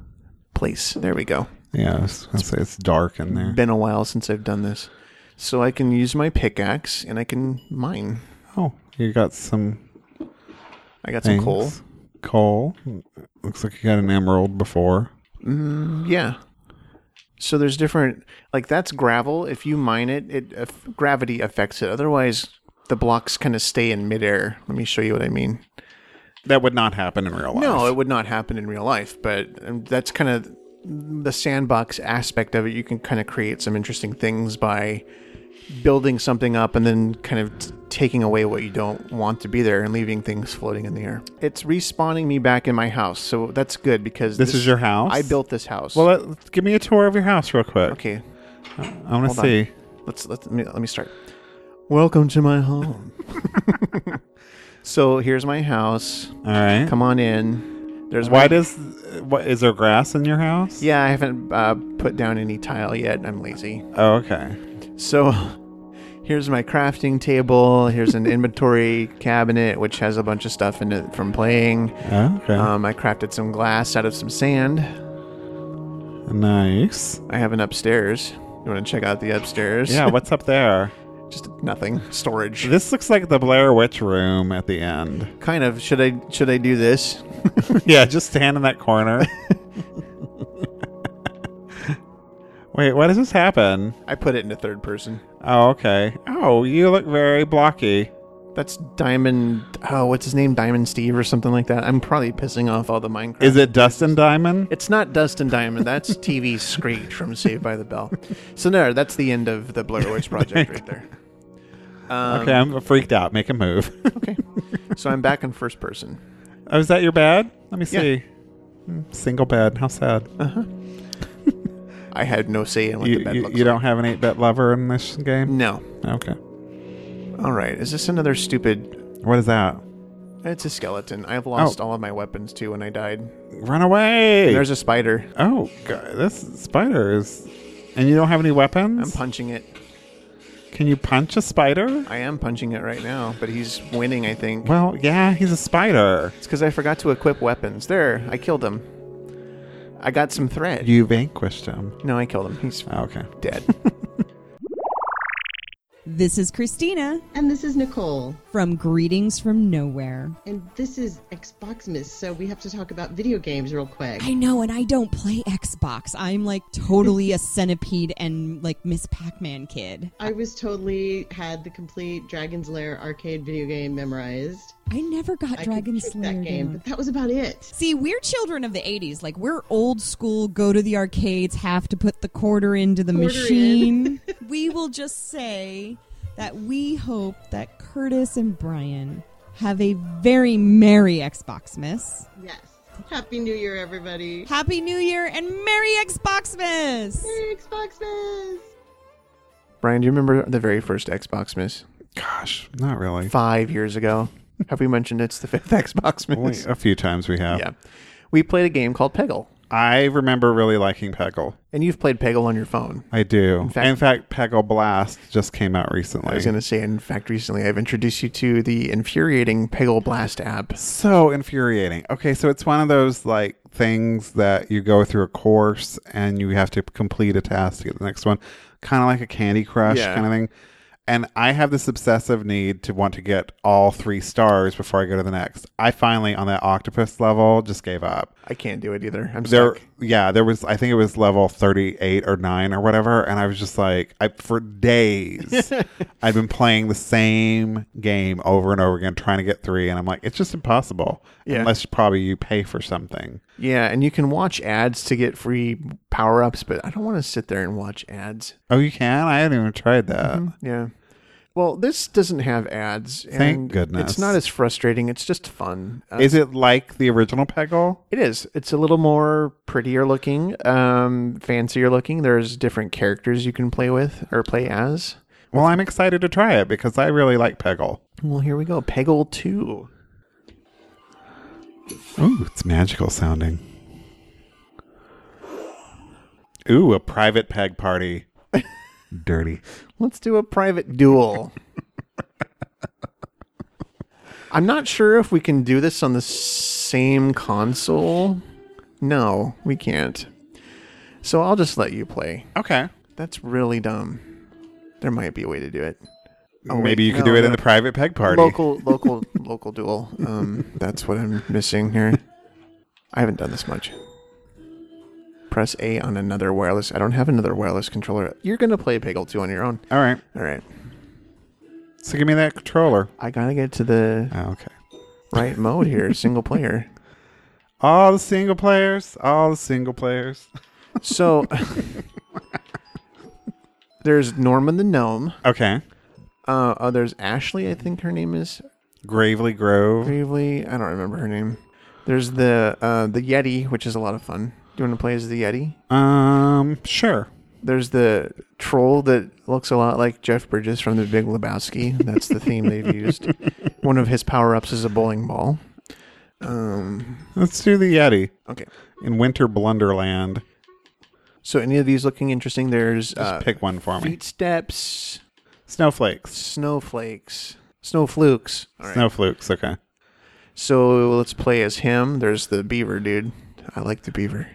Speaker 2: Place. There we go.
Speaker 1: yeah, I was gonna say it's dark in there.
Speaker 2: been a while since I've done this. So I can use my pickaxe and I can mine.
Speaker 1: Oh, you got some
Speaker 2: I got
Speaker 1: things.
Speaker 2: some coal.
Speaker 1: Coal. Looks like you got an emerald before.
Speaker 2: Yeah. So there's different like that's gravel. If you mine it, it if gravity affects it. Otherwise, the blocks kind of stay in midair. Let me show you what I mean.
Speaker 1: That would not happen in real life.
Speaker 2: No, it would not happen in real life, but um, that's kind of the sandbox aspect of it. You can kind of create some interesting things by building something up and then kind of t- taking away what you don't want to be there and leaving things floating in the air. It's respawning me back in my house, so that's good because
Speaker 1: This is your house?
Speaker 2: I built this house.
Speaker 1: Well, let, give me a tour of your house real quick.
Speaker 2: okay,
Speaker 1: I want
Speaker 2: hold
Speaker 1: to
Speaker 2: on.
Speaker 1: see.
Speaker 2: Let's let me, let me start. Welcome to my home. so here's my house.
Speaker 1: All right.
Speaker 2: Come on in. There's
Speaker 1: Why
Speaker 2: my-
Speaker 1: does what is there grass in your house?
Speaker 2: Yeah, I haven't uh, put down any tile yet. I'm lazy.
Speaker 1: Oh, okay.
Speaker 2: So here's my crafting table. Here's an inventory cabinet, which has a bunch of stuff in it from playing.
Speaker 1: Oh, okay.
Speaker 2: Um, I crafted some glass out of some sand.
Speaker 1: nice.
Speaker 2: I have an upstairs. You want to check out the upstairs?
Speaker 1: Yeah. What's up there?
Speaker 2: Just nothing. Storage.
Speaker 1: This looks like the Blair Witch room at the end.
Speaker 2: Kind of. Should I should I do this?
Speaker 1: yeah. Just stand in that corner. Wait. Why does this happen?
Speaker 2: I put it into third person.
Speaker 1: Oh, okay. Oh, you look very blocky.
Speaker 2: That's Diamond. Oh, what's his name? Diamond Steve or something like that. I'm probably pissing off all the Minecraft.
Speaker 1: Is it Dustin Diamond?
Speaker 2: It's not Dustin Diamond. That's TV Screech from Saved by the Bell. So no, that's the end of the Blair Witch Project right there. Um,
Speaker 1: okay, I'm freaked out. Make a move.
Speaker 2: okay. So I'm back in first person.
Speaker 1: oh, is that your bed? Let me
Speaker 2: Yeah.
Speaker 1: see. Hmm, Single bed. How sad.
Speaker 2: I had no say in what
Speaker 1: You,
Speaker 2: the bed
Speaker 1: you,
Speaker 2: looks
Speaker 1: you
Speaker 2: like. Mm.
Speaker 1: don't have an eight-bit lover in this game.
Speaker 2: No.
Speaker 1: Okay.
Speaker 2: All right. Is this another stupid?
Speaker 1: What is that?
Speaker 2: It's a skeleton. I've lost
Speaker 1: Oh.
Speaker 2: all of my weapons too when I died.
Speaker 1: Run away!
Speaker 2: And there's a spider.
Speaker 1: oh, God, this spider is. And you don't have any
Speaker 2: I'm
Speaker 1: weapons?
Speaker 2: punching it.
Speaker 1: Can you punch a spider?
Speaker 2: I am punching it right now, but he's winning. I think.
Speaker 1: Well, yeah, he's a spider.
Speaker 2: It's because I forgot to equip weapons. There, I killed him. I got some thread.
Speaker 1: You vanquished him.
Speaker 2: no, I killed him. He's
Speaker 1: Oh, okay.
Speaker 2: dead.
Speaker 7: This is Christina
Speaker 8: And this is Nicole,
Speaker 7: from Greetings from Nowhere.
Speaker 8: and this is Xboxmas, so we have to talk about video games real quick.
Speaker 7: I know, and I don't play Xbox. I'm like totally a centipede and like Miss Pac Man kid.
Speaker 8: I was totally had the complete Dragon's Lair arcade video game memorized.
Speaker 7: I never got
Speaker 8: I could
Speaker 7: Dragon
Speaker 8: kick
Speaker 7: Slayer
Speaker 8: that game,
Speaker 7: down.
Speaker 8: but that was about it.
Speaker 7: See, we're children of the 80s. Like, we're old school, go to the arcades, have to put the quarter into the
Speaker 8: Quarter in.
Speaker 7: machine. we will just say that we hope that Curtis and Brian have a very merry Xboxmas.
Speaker 8: Yes. Happy New Year, everybody.
Speaker 7: Happy New Year and merry Xboxmas!
Speaker 8: Merry Xboxmas.
Speaker 2: Brian, do you remember the very first Xbox Miss?
Speaker 1: Gosh, not really.
Speaker 2: Five years ago. Have we mentioned it's the fifth Xbox
Speaker 1: Only
Speaker 2: Miss?
Speaker 1: a few times we have.
Speaker 2: Yeah. We played a game called Peggle.
Speaker 1: I remember really liking Peggle.
Speaker 2: And you've played Peggle on your phone.
Speaker 1: I do. In
Speaker 2: fact-
Speaker 1: fact, Peggle Blast just came out recently.
Speaker 2: I was going to say, in fact, recently I've introduced you to the infuriating Peggle Blast app.
Speaker 1: so infuriating. Okay, so it's one of those like things that you go through a course and you have to complete a task to get the next one, kind of like a Candy Crush
Speaker 2: Yeah.
Speaker 1: kind of thing. And I have this obsessive need to want to get all three stars before I go to the next. I finally, on that octopus level, just gave up.
Speaker 2: I can't do it either. I'm
Speaker 1: There,
Speaker 2: stuck.
Speaker 1: yeah, there was. I think it was level thirty-eight or nine or whatever, and I was just like, I for days, I've been playing the same game over and over again, trying to get three, and I'm like, it's just impossible.
Speaker 2: Yeah.
Speaker 1: Unless probably you pay for something.
Speaker 2: Yeah, and you can watch ads to get free power ups, but I don't want to sit there and watch ads.
Speaker 1: Oh, you can. I haven't even tried that.
Speaker 2: Yeah. Well, this doesn't have ads. And
Speaker 1: Thank goodness.
Speaker 2: It's not as frustrating. It's just fun. Uh,
Speaker 1: Is it like the original Peggle?
Speaker 2: It is. It's a little more prettier looking, um, fancier looking. There's different characters you can play with or play as.
Speaker 1: Well, I'm excited to try it because I really like Peggle.
Speaker 2: Well, here we go. Peggle 2.
Speaker 1: Ooh, it's magical sounding. Ooh, a private peg party. Dirty.
Speaker 2: Let's do a private duel. I'm not sure if we can do this on the same console. No, we can't. So I'll just let you play.
Speaker 1: Okay.
Speaker 2: That's really dumb. There might be a way to do it. Oh,
Speaker 1: Maybe
Speaker 2: wait,
Speaker 1: you could
Speaker 2: no,
Speaker 1: do it in
Speaker 2: no.
Speaker 1: the private peg party.
Speaker 2: Local, local, local duel. Um, that's what I'm missing here. I haven't done this much. Press A on another wireless. I don't have another wireless controller. You're gonna play Peggle 2 on your own.
Speaker 1: All right.
Speaker 2: All right.
Speaker 1: So give me that controller.
Speaker 2: I gotta get to the
Speaker 1: Oh, okay.
Speaker 2: right mode here, single player.
Speaker 1: All the single players. All the single players.
Speaker 2: So there's Norman the gnome.
Speaker 1: Okay.
Speaker 2: Uh, oh, there's Ashley. I think her name is
Speaker 1: Gravely Grove.
Speaker 2: Gravely. I don't remember her name. There's the uh, the Yeti, which is a lot of fun. Do you want to play as the Yeti?
Speaker 1: Um, sure.
Speaker 2: There's the troll that looks a lot like Jeff Bridges from The Big Lebowski. That's the theme they've used. One of his power ups is a bowling ball. Um,
Speaker 1: Let's do the Yeti
Speaker 2: okay.
Speaker 1: in Winter Blunderland.
Speaker 2: So any of these looking interesting? There's
Speaker 1: Just
Speaker 2: uh,
Speaker 1: pick one for me.
Speaker 2: feet steps,
Speaker 1: Snowflakes.
Speaker 2: snowflakes, snowflukes. All right.
Speaker 1: Snowflakes. Okay.
Speaker 2: So let's play as him. There's the beaver dude. I like the beaver.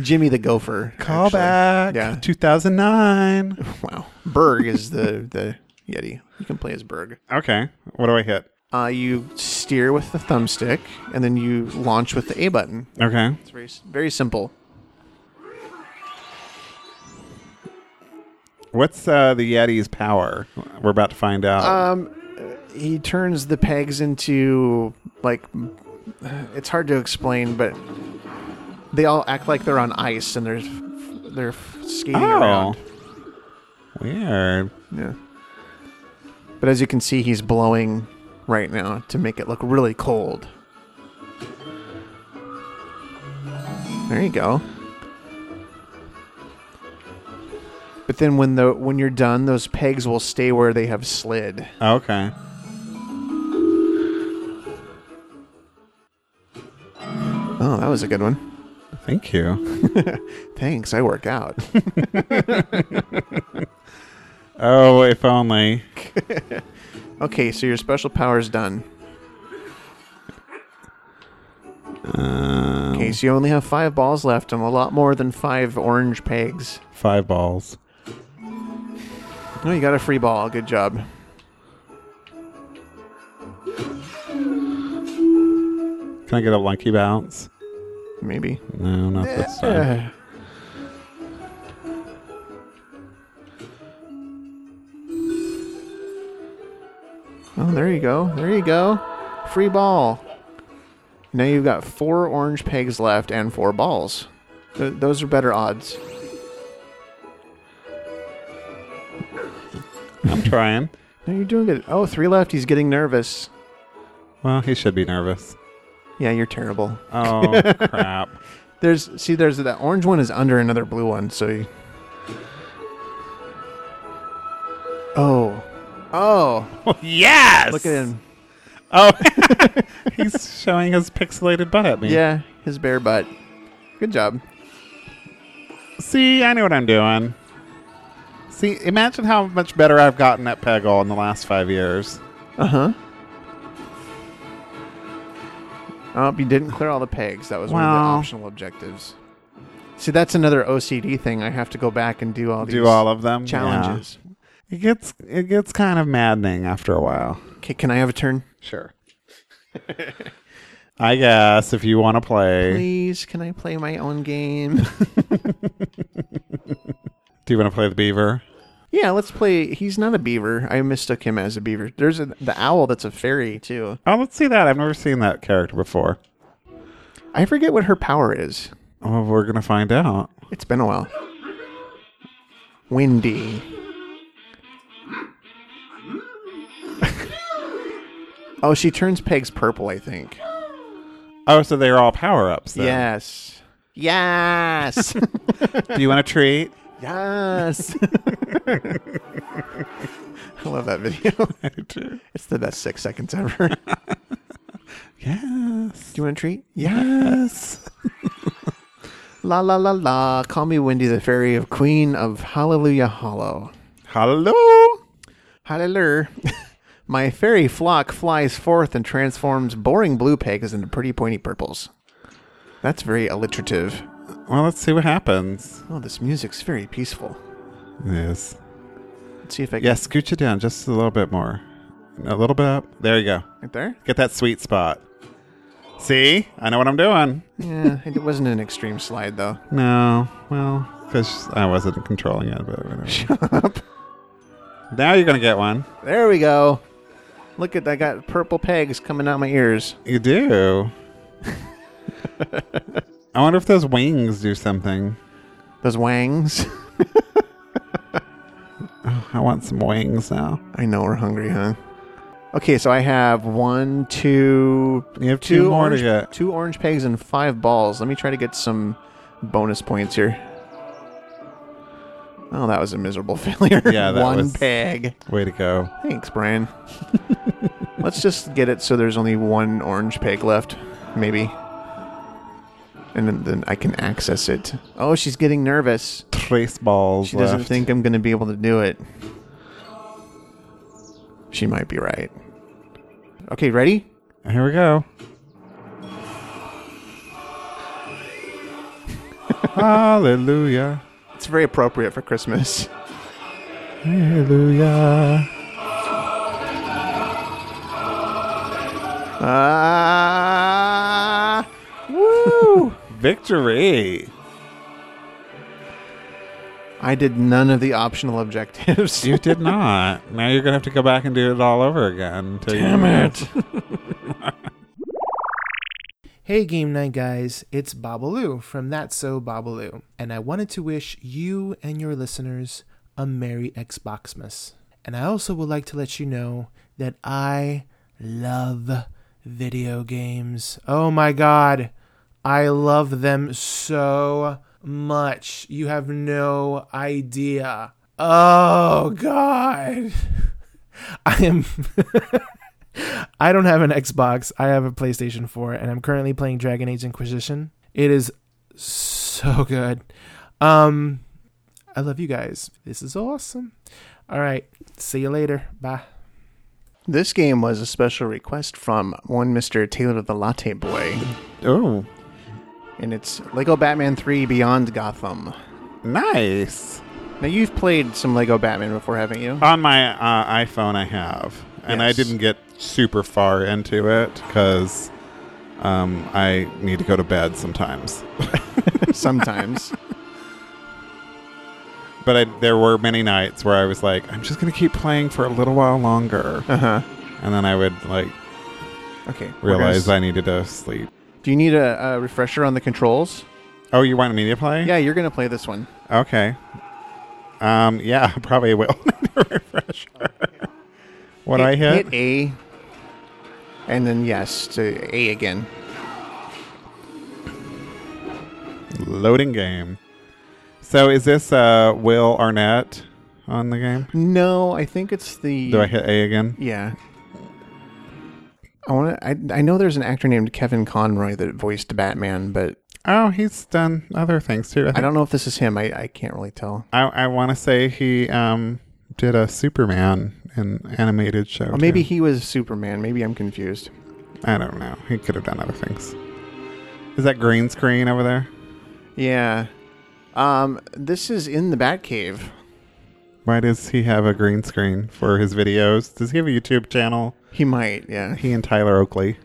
Speaker 2: Jimmy the gopher.
Speaker 1: Call
Speaker 2: actually.
Speaker 1: back.
Speaker 2: Yeah.
Speaker 1: 2009.
Speaker 2: Wow. Berg is the the yeti. You can play as Berg.
Speaker 1: Okay. What do I hit?
Speaker 2: Uh, you steer with the thumbstick, and then you launch with the A button.
Speaker 1: Okay.
Speaker 2: It's very very simple.
Speaker 1: What's uh, the Yeti's power? We're about to find out.
Speaker 2: He turns the pegs into like it's hard to explain, but they all act like they're on ice and they're they're skating
Speaker 1: Oh.
Speaker 2: around.
Speaker 1: Weird.
Speaker 2: Yeah. But as you can see, he's blowing right now to make it look really cold. There you go. But then when the when you're done, those pegs will stay where they have slid.
Speaker 1: Okay.
Speaker 2: Oh, that was a good one.
Speaker 1: Thank you.
Speaker 2: Thanks, I work out.
Speaker 1: Oh, if only.
Speaker 2: okay, so your special power's done.
Speaker 1: Um,
Speaker 2: Okay, so you only have five balls left and a lot more than five orange pegs.
Speaker 1: Five balls.
Speaker 2: No, you got a free ball. Good job.
Speaker 1: Can I get a lucky bounce?
Speaker 2: Maybe.
Speaker 1: No, not this time.
Speaker 2: Uh, Oh, there you go. There you go. Free ball. Now you've got four orange pegs left and four balls. Th- those are better odds.
Speaker 1: I'm trying.
Speaker 2: No, you're doing good. Oh, three left. He's getting nervous.
Speaker 1: Well, he should be nervous.
Speaker 2: Yeah, you're terrible.
Speaker 1: Oh, crap.
Speaker 2: There's see, there's that orange one is under another blue one. So. You... Oh, oh!
Speaker 1: yes!
Speaker 2: Look at him.
Speaker 1: Oh, he's showing his pixelated butt at me.
Speaker 2: Yeah, his bare butt. Good job.
Speaker 1: See, I know what I'm doing. See, imagine how much better I've gotten at Peggle in the last five years.
Speaker 2: Uh huh. Oh, you didn't clear all the pegs. That was one of the
Speaker 1: Wow.
Speaker 2: optional objectives. See, that's another OCD thing. I have to go back and do all these
Speaker 1: Do all of them.
Speaker 2: challenges.
Speaker 1: Yeah. It gets it gets kind of maddening after a while.
Speaker 2: Okay, can I have a turn?
Speaker 1: Sure. I guess if you want to play,
Speaker 2: Please, can I play my own game?
Speaker 1: do you want to play the beaver?
Speaker 2: yeah, let's play. He's not a beaver. I mistook him as a beaver. There's a, the owl that's a fairy too.
Speaker 1: Oh, let's see that. I've never seen that character before.
Speaker 2: I forget what her power is.
Speaker 1: Oh, we're gonna find out.
Speaker 2: It's been a while. Windy. oh, she turns Peg's purple, I think.
Speaker 1: Oh, so they're all power ups.
Speaker 2: Yes. Yes.
Speaker 1: Do you want a treat?
Speaker 2: yes. I love that video. It's the best six seconds ever. Do
Speaker 1: Yes.
Speaker 2: you want a treat?
Speaker 1: Yes.
Speaker 2: La la la la. Call me Wendy the Fairy of Queen of Hallelujah Hollow.
Speaker 1: Hello.
Speaker 2: Hallelujah. My fairy flock flies forth and transforms boring blue pegs into pretty pointy purples. That's very alliterative.
Speaker 1: Well, let's see what happens.
Speaker 2: Oh, this music's very peaceful.
Speaker 1: Yes.
Speaker 2: Let's see if I can
Speaker 1: Yeah, scooch it down just a little bit more. A little bit up. There you go.
Speaker 2: right there.
Speaker 1: Get that sweet spot. See? I know what I'm doing.
Speaker 2: Yeah, it wasn't an extreme slide though.
Speaker 1: No. Well, because I wasn't controlling it. But whatever. Shut up. Now you're going to get one.
Speaker 2: There we go. Look at I got purple pegs coming out my ears.
Speaker 1: You do. I wonder if those wings do something.
Speaker 2: Those wangs.
Speaker 1: I want some wings now.
Speaker 2: I know we're hungry, huh? Okay, so I have one, two,
Speaker 1: You have two, more
Speaker 2: orange,
Speaker 1: to get.
Speaker 2: Two orange pegs and five balls. Let me try to get some bonus points here. Oh, that was a miserable failure.
Speaker 1: Yeah, that
Speaker 2: one
Speaker 1: was-
Speaker 2: peg.
Speaker 1: Way to go.
Speaker 2: Thanks, Brian. Let's just get it so there's only one orange peg left, maybe. And then, then I can access it. Oh, she's getting nervous.
Speaker 1: Trace balls
Speaker 2: She doesn't
Speaker 1: left.
Speaker 2: think I'm going to be able to do it. She might be right. Okay, ready?
Speaker 1: Here we go. Hallelujah.
Speaker 2: It's very appropriate for Christmas.
Speaker 1: Hallelujah.
Speaker 2: Ah! Woo!
Speaker 1: Victory.
Speaker 2: I did none of the optional objectives.
Speaker 1: You did not. Now you're going to have to go back and do it all over again. Until Damn it.
Speaker 9: Hey, Game Night guys, it's Bobaloo from That's So Bobaloo, and I wanted to wish you and your listeners a Merry Xboxmas. And I also would like to let you know that I love video games. Oh my god, I love them so much. You have no idea. Oh god. I am. I don't have an Xbox. I have a PlayStation 4, and I'm currently playing Dragon Age Inquisition. It is so good. Um, I love you guys. This is awesome. All right. See you later. Bye.
Speaker 2: This game was a special request from one Mr. Taylor the Latte Boy,
Speaker 1: Oh,
Speaker 2: and it's Lego Batman 3 Beyond Gotham.
Speaker 1: nice.
Speaker 2: Now, you've played some Lego Batman before, haven't you?
Speaker 1: On my uh, iPhone, I have, and
Speaker 2: Yes.
Speaker 1: I didn't get super far into it because um, I need to go to bed sometimes.
Speaker 2: Sometimes.
Speaker 1: But I, there were many nights where I was like, I'm just going to keep playing for a little while longer,
Speaker 2: uh huh.
Speaker 1: and then I would like
Speaker 2: Okay. we're gonna
Speaker 1: realize
Speaker 2: s-
Speaker 1: I needed to sleep.
Speaker 2: Do you need a, a refresher on the controls?
Speaker 1: Oh, you wanted me to play?
Speaker 2: Yeah, you're going to play this one.
Speaker 1: Okay. Um. Yeah. Probably will. Refresh. What I hit?
Speaker 2: Hit A, and then yes, to A again.
Speaker 1: Loading game. So is this uh Will Arnett on the game?
Speaker 2: No, I think it's the.
Speaker 1: Do I hit A again?
Speaker 2: Yeah. I want to. I, I know there's an actor named Kevin Conroy that voiced Batman, but
Speaker 1: Oh, he's done other things too. I,
Speaker 2: I
Speaker 1: think.
Speaker 2: don't know if this is him. I, I can't really tell.
Speaker 1: I, I want to say he um did a Superman in animated show.
Speaker 2: Or maybe
Speaker 1: too.
Speaker 2: he was Superman. Maybe I'm confused.
Speaker 1: I don't know. He could have done other things. Is that green screen over there?
Speaker 2: Yeah. Um. This is in the Batcave.
Speaker 1: Why does he have a green screen for his videos? Does he have a YouTube channel?
Speaker 2: He might. Yeah.
Speaker 1: He and Tyler Oakley.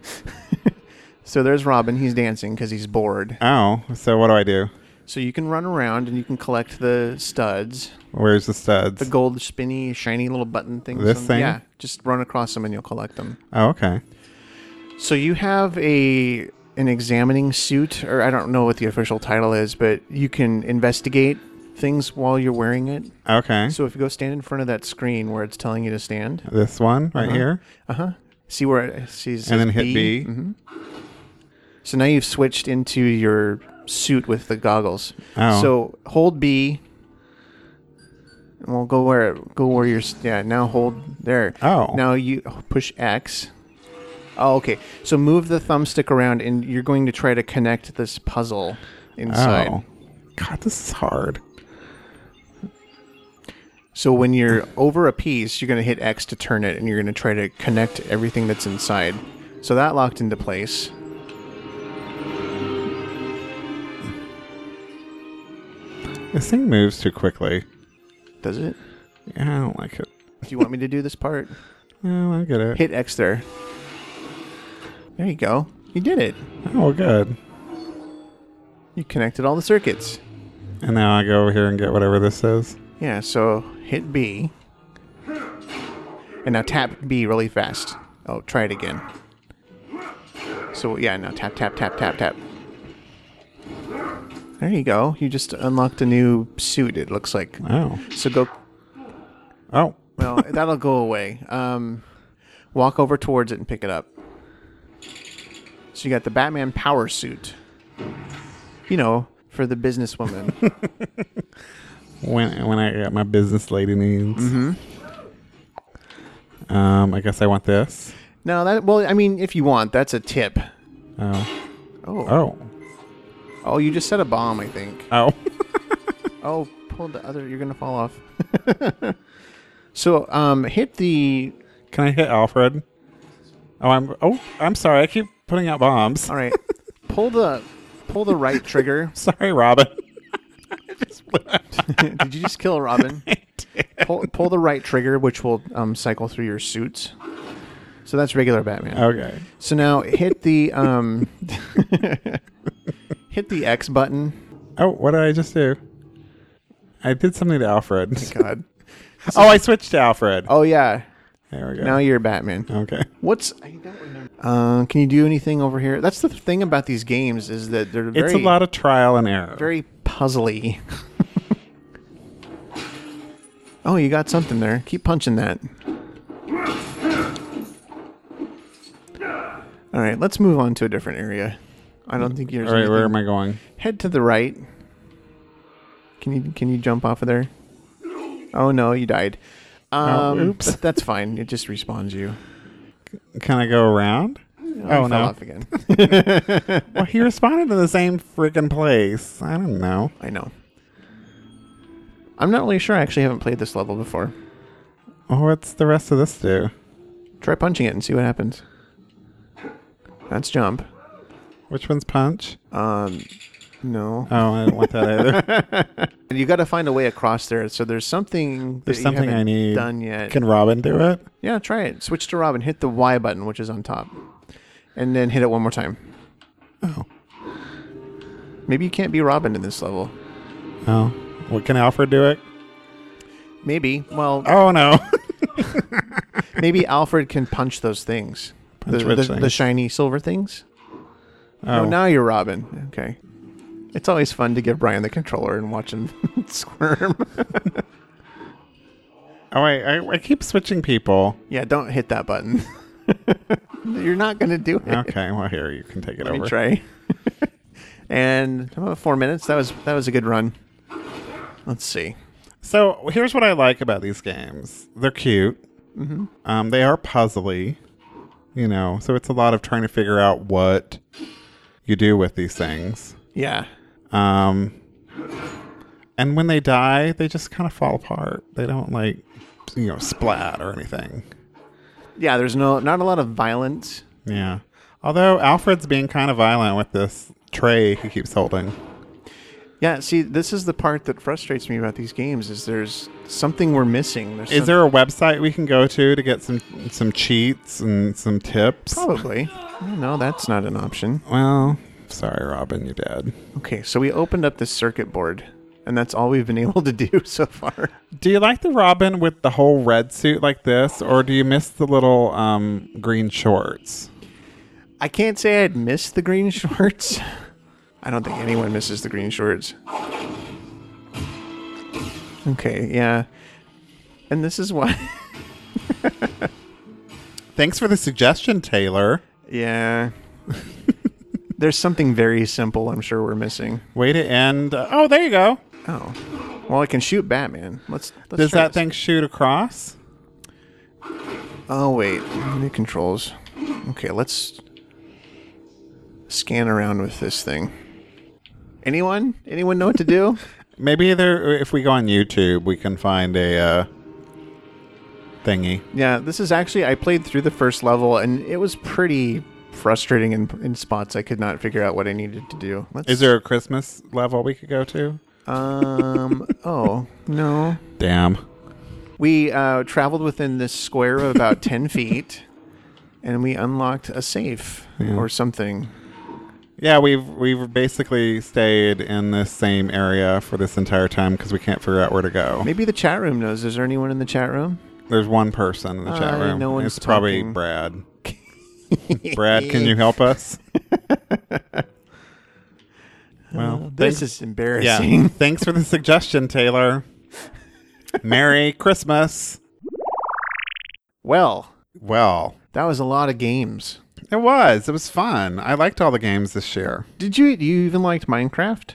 Speaker 2: So there's Robin. He's dancing because he's bored.
Speaker 1: Oh, so what do I do?
Speaker 2: So you can run around and you can collect the studs,
Speaker 1: Where's the studs?
Speaker 2: the gold spinny, shiny little button things.
Speaker 1: This
Speaker 2: on-
Speaker 1: thing?
Speaker 2: Yeah. Just run across them and you'll collect them.
Speaker 1: oh, okay.
Speaker 2: So you have a an examining suit, or I don't know what the official title is, but you can investigate things while you're wearing it.
Speaker 1: Okay.
Speaker 2: So if you go stand in front of that screen where it's telling you to stand,
Speaker 1: this one right
Speaker 2: Uh-huh.
Speaker 1: here.
Speaker 2: uh huh, see where it sees,
Speaker 1: And then hit B.
Speaker 2: hmm So now you've switched into your suit with the goggles.
Speaker 1: Oh.
Speaker 2: So hold B. And we'll go where go where you're. s- Yeah, now hold there.
Speaker 1: Oh.
Speaker 2: Now you push X. Oh, okay. So move the thumbstick around, and you're going to try to connect this puzzle inside.
Speaker 1: Oh. God, this is hard.
Speaker 2: So when you're over a piece, you're going to hit X to turn it, and you're going to try to connect everything that's inside. So that locked into place.
Speaker 1: This thing moves too quickly.
Speaker 2: Does it?
Speaker 1: Yeah, I don't like it.
Speaker 2: Do you want me to do this part?
Speaker 1: No, I get it.
Speaker 2: Hit X there. There you go. You did it.
Speaker 1: Oh, good.
Speaker 2: You connected all the circuits.
Speaker 1: And now I go over here and get whatever this is.
Speaker 2: Yeah, so hit B. And now tap B really fast. Oh, try it again. So, yeah, now tap, tap, tap, tap, tap. There you go. You just unlocked a new suit, it looks like.
Speaker 1: Oh.
Speaker 2: So go.
Speaker 1: Oh.
Speaker 2: Well, that'll go away. Um, walk over towards it and pick it up. So you got the Batman power suit. You know, for the businesswoman.
Speaker 1: when when I got my business lady needs.
Speaker 2: Mm-hmm.
Speaker 1: Um, I guess I want this.
Speaker 2: No, that well, I mean, if you want, that's a tip.
Speaker 1: Oh,
Speaker 2: Oh, oh,
Speaker 1: oh,
Speaker 2: you just set a bomb, I think.
Speaker 1: oh.
Speaker 2: Oh, pull the other. You're gonna fall off. so, um, hit the.
Speaker 1: Can I hit Alfred? Oh, I'm. Oh, I'm sorry. I keep putting out bombs.
Speaker 2: All right, pull the pull the right trigger.
Speaker 1: Sorry, Robin.
Speaker 2: Did you just kill Robin? Pull, pull the right trigger, which will um, cycle through your suits. So that's regular Batman.
Speaker 1: Okay.
Speaker 2: So now hit the um, hit the X button.
Speaker 1: Oh, what did I just do? I did something to Alfred.
Speaker 2: God.
Speaker 1: oh, I switched to Alfred.
Speaker 2: Oh yeah.
Speaker 1: there we go.
Speaker 2: Now you're Batman.
Speaker 1: okay.
Speaker 2: What's I don't remember. Uh, can you do anything over here? That's the thing about these games is that they're very
Speaker 1: it's a lot of trial and error.
Speaker 2: very puzzly. oh, you got something there. Keep punching that. All right, let's move on to a different area. I don't think you're.
Speaker 1: All right, where am I going?
Speaker 2: Head to the right. Can you can you jump off of there? Oh no, you died. Um,
Speaker 1: Oh, oops.
Speaker 2: but that's fine. It just respawns you.
Speaker 1: Can I go around?
Speaker 2: you
Speaker 1: oh
Speaker 2: fell
Speaker 1: no!
Speaker 2: off again.
Speaker 1: Well, he responded in the same freaking place. I don't know.
Speaker 2: I know. I'm not really sure. I actually haven't played this level before.
Speaker 1: Well, what's the rest of this do?
Speaker 2: Try punching it and see what happens. That's jump.
Speaker 1: Which one's punch?
Speaker 2: Um, no.
Speaker 1: Oh, I don't want that either.
Speaker 2: You got to find a way across there. So there's something.
Speaker 1: There's
Speaker 2: that you
Speaker 1: something I
Speaker 2: haven't
Speaker 1: need.
Speaker 2: done yet.
Speaker 1: Can Robin do it?
Speaker 2: yeah, try it. Switch to Robin. Hit the Y button, which is on top, and then hit it one more time.
Speaker 1: Oh.
Speaker 2: Maybe you can't be Robin in this level.
Speaker 1: Oh. Well, can Alfred do it?
Speaker 2: Maybe. Well,
Speaker 1: Oh no.
Speaker 2: maybe Alfred can punch those things.
Speaker 1: Punch
Speaker 2: the,
Speaker 1: which
Speaker 2: the,
Speaker 1: things?
Speaker 2: the shiny silver things.
Speaker 1: oh.
Speaker 2: Oh, now you're Robin. Okay. It's always fun to give Brian the controller and watch him squirm.
Speaker 1: Oh, wait, I, I keep switching people.
Speaker 2: yeah, don't hit that button. you're not going to do it.
Speaker 1: Okay, well here you can take it
Speaker 2: Let
Speaker 1: over.
Speaker 2: me try. and about four minutes. That was that was a good run. Let's see.
Speaker 1: So here's what I like about these games. They're cute.
Speaker 2: Mm-hmm.
Speaker 1: Um, they are puzzly, you know. So it's a lot of trying to figure out what you do with these things.
Speaker 2: Yeah.
Speaker 1: Um, and when they die, they just kind of fall apart. They don't like, you know, splat or anything.
Speaker 2: Yeah, there's no not a lot of violence.
Speaker 1: Yeah. Although Alfred's being kind of violent with this tray he keeps holding.
Speaker 2: Yeah, see, this is the part that frustrates me about these games is there's something we're missing. There's
Speaker 1: Is there a website we can go to to get some some cheats and some tips?
Speaker 2: probably? No, that's not an option.
Speaker 1: Well, sorry, Robin, you're dead.
Speaker 2: Okay, so we opened up this circuit board, and that's all we've been able to do so far.
Speaker 1: Do you like the Robin with the whole red suit like this, or do you miss the little um, green shorts?
Speaker 2: I can't say I'd miss the green shorts. I don't think anyone misses the green shorts. Okay, yeah. And this is why.
Speaker 1: Thanks for the suggestion, Taylor.
Speaker 2: yeah. There's something very simple I'm sure we're missing.
Speaker 1: Way to end. oh, there you go.
Speaker 2: Oh. Well, I can shoot Batman. Let's. let's
Speaker 1: Does
Speaker 2: try
Speaker 1: that
Speaker 2: this.
Speaker 1: thing shoot across?
Speaker 2: Oh, wait. New controls. Okay, let's scan around with this thing. Anyone? Anyone know what to do?
Speaker 1: Maybe there. If we go on YouTube, we can find a uh, thingy.
Speaker 2: Yeah, this is actually I played through the first level and it was pretty frustrating in, in spots. I could not figure out what I needed to do. Let's,
Speaker 1: Is there a Christmas level we could go to?
Speaker 2: Um. oh no.
Speaker 1: Damn.
Speaker 2: We uh, traveled within this square of about ten feet, and we unlocked a safe or something.
Speaker 1: Yeah, we've we've basically stayed in this same area for this entire time because we can't figure out where to go.
Speaker 2: Maybe the chat room knows. Is there anyone in the chat room?
Speaker 1: There's one person in the chat
Speaker 2: Uh,
Speaker 1: room.
Speaker 2: no one's
Speaker 1: it's probably
Speaker 2: talking.
Speaker 1: Brad. Brad, can you help us? well,
Speaker 2: This
Speaker 1: thanks-
Speaker 2: is
Speaker 1: yeah.
Speaker 2: embarrassing.
Speaker 1: thanks for the suggestion, Taylor. Merry Christmas.
Speaker 2: well,
Speaker 1: Well,
Speaker 2: that was a lot of games.
Speaker 1: it was. It was fun. I liked all the games this year.
Speaker 2: Did you? You even liked Minecraft?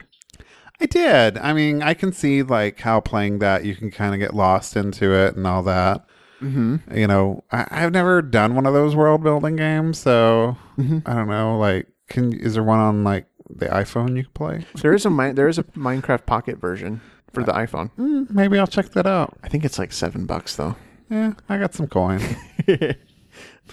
Speaker 1: I did. I mean, I can see like how playing that you can kind of get lost into it and all that. Mm-hmm. You know, I, I've never done one of those world building games, so
Speaker 2: Mm-hmm.
Speaker 1: I don't know. Like, can is there one on like the iPhone you can play?
Speaker 2: There is a Mi- there is a Minecraft Pocket version for the iPhone.
Speaker 1: Hmm, Maybe I'll check that out.
Speaker 2: I think it's like seven bucks though.
Speaker 1: Yeah, I got some coin.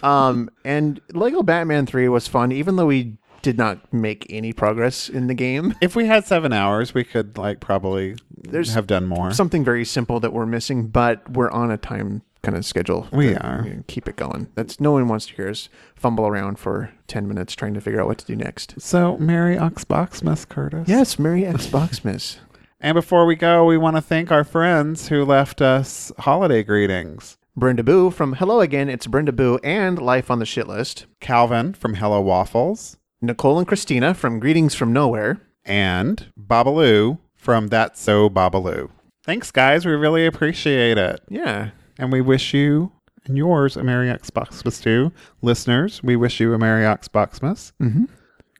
Speaker 2: Um, and Lego Batman Three was fun, even though we did not make any progress in the game.
Speaker 1: if we had seven hours, we could like probably
Speaker 2: There's
Speaker 1: have done more.
Speaker 2: Something very simple that we're missing, but we're on a time kind of schedule.
Speaker 1: We
Speaker 2: to,
Speaker 1: are.
Speaker 2: you know, keep it going. That's no one wants to hear us fumble around for ten minutes trying to figure out what to do next.
Speaker 1: so, Mary Oxbox, Miss Curtis.
Speaker 2: Yes, Merry Xbox Miss.
Speaker 1: And before we go, we want to thank our friends who left us holiday greetings.
Speaker 2: Brenda Boo from Hello Again, it's Brenda Boo and Life on the Shit List.
Speaker 1: Calvin from Hello Waffles
Speaker 2: Nicole and Christina from Greetings from Nowhere.
Speaker 1: and Babalu from That's So Babalu. Thanks, guys. We really appreciate it.
Speaker 2: Yeah.
Speaker 1: And we wish you and yours a Merry Xboxmas too. Listeners, we wish you a Merry Xboxmas.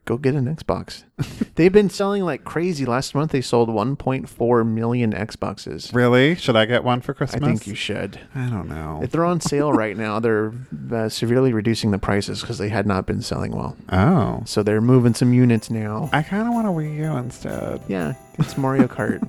Speaker 2: Go get an Xbox. They've been selling like crazy. Last month they sold 1.4 million Xboxes.
Speaker 1: Really? Should I get one for
Speaker 2: I
Speaker 1: Christmas?
Speaker 2: think you should.
Speaker 1: I don't know.
Speaker 2: If they're on sale right now, they're uh, severely reducing the prices because they had not been selling well.
Speaker 1: oh.
Speaker 2: So they're moving some units now.
Speaker 1: I kind of want a Wii U instead.
Speaker 2: Yeah, it's Mario Kart.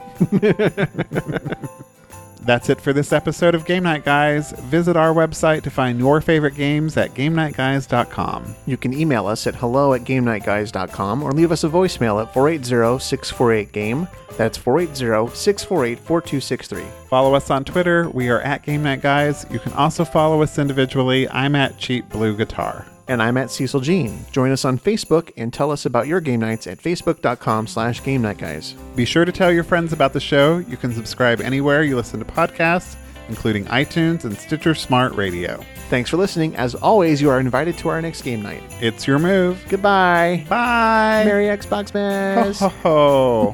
Speaker 1: That's it for this episode of Game Night Guys. Visit our website to find your favorite games at GameNightGuys.com.
Speaker 2: You can email us at hello at GameNightGuys.com or leave us a voicemail at 480-648-GAME. That's 480-648-4263.
Speaker 1: Follow us on Twitter. We are at Game Night Guys. You can also follow us individually. I'm at Cheap Blue Guitar.
Speaker 2: And I'm at Cecil Jean. Join us on Facebook and tell us about your game nights at facebook.com slash GameNightGuys.
Speaker 1: Be sure to tell your friends about the show. You can subscribe anywhere you listen to podcasts, including iTunes and Stitcher Smart Radio.
Speaker 2: Thanks for listening. As always, you are invited to our next game night.
Speaker 1: It's your move.
Speaker 2: Goodbye.
Speaker 1: Bye.
Speaker 2: Merry Xbox
Speaker 1: Ho,
Speaker 2: Mass.
Speaker 1: ho, ho.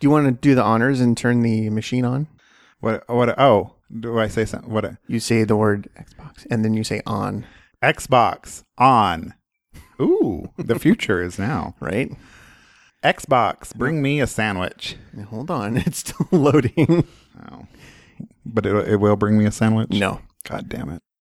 Speaker 2: Do you want to do the honors and turn the machine on?
Speaker 1: what? What? Oh, do I say something? What?
Speaker 2: You say the word Xbox and then you say on,
Speaker 1: Xbox on. Ooh, the future is now.
Speaker 2: right?
Speaker 1: Xbox, bring me a sandwich.
Speaker 2: Now, Hold on. It's still loading.
Speaker 1: But it, it will bring me a sandwich.
Speaker 2: No.
Speaker 1: God damn it.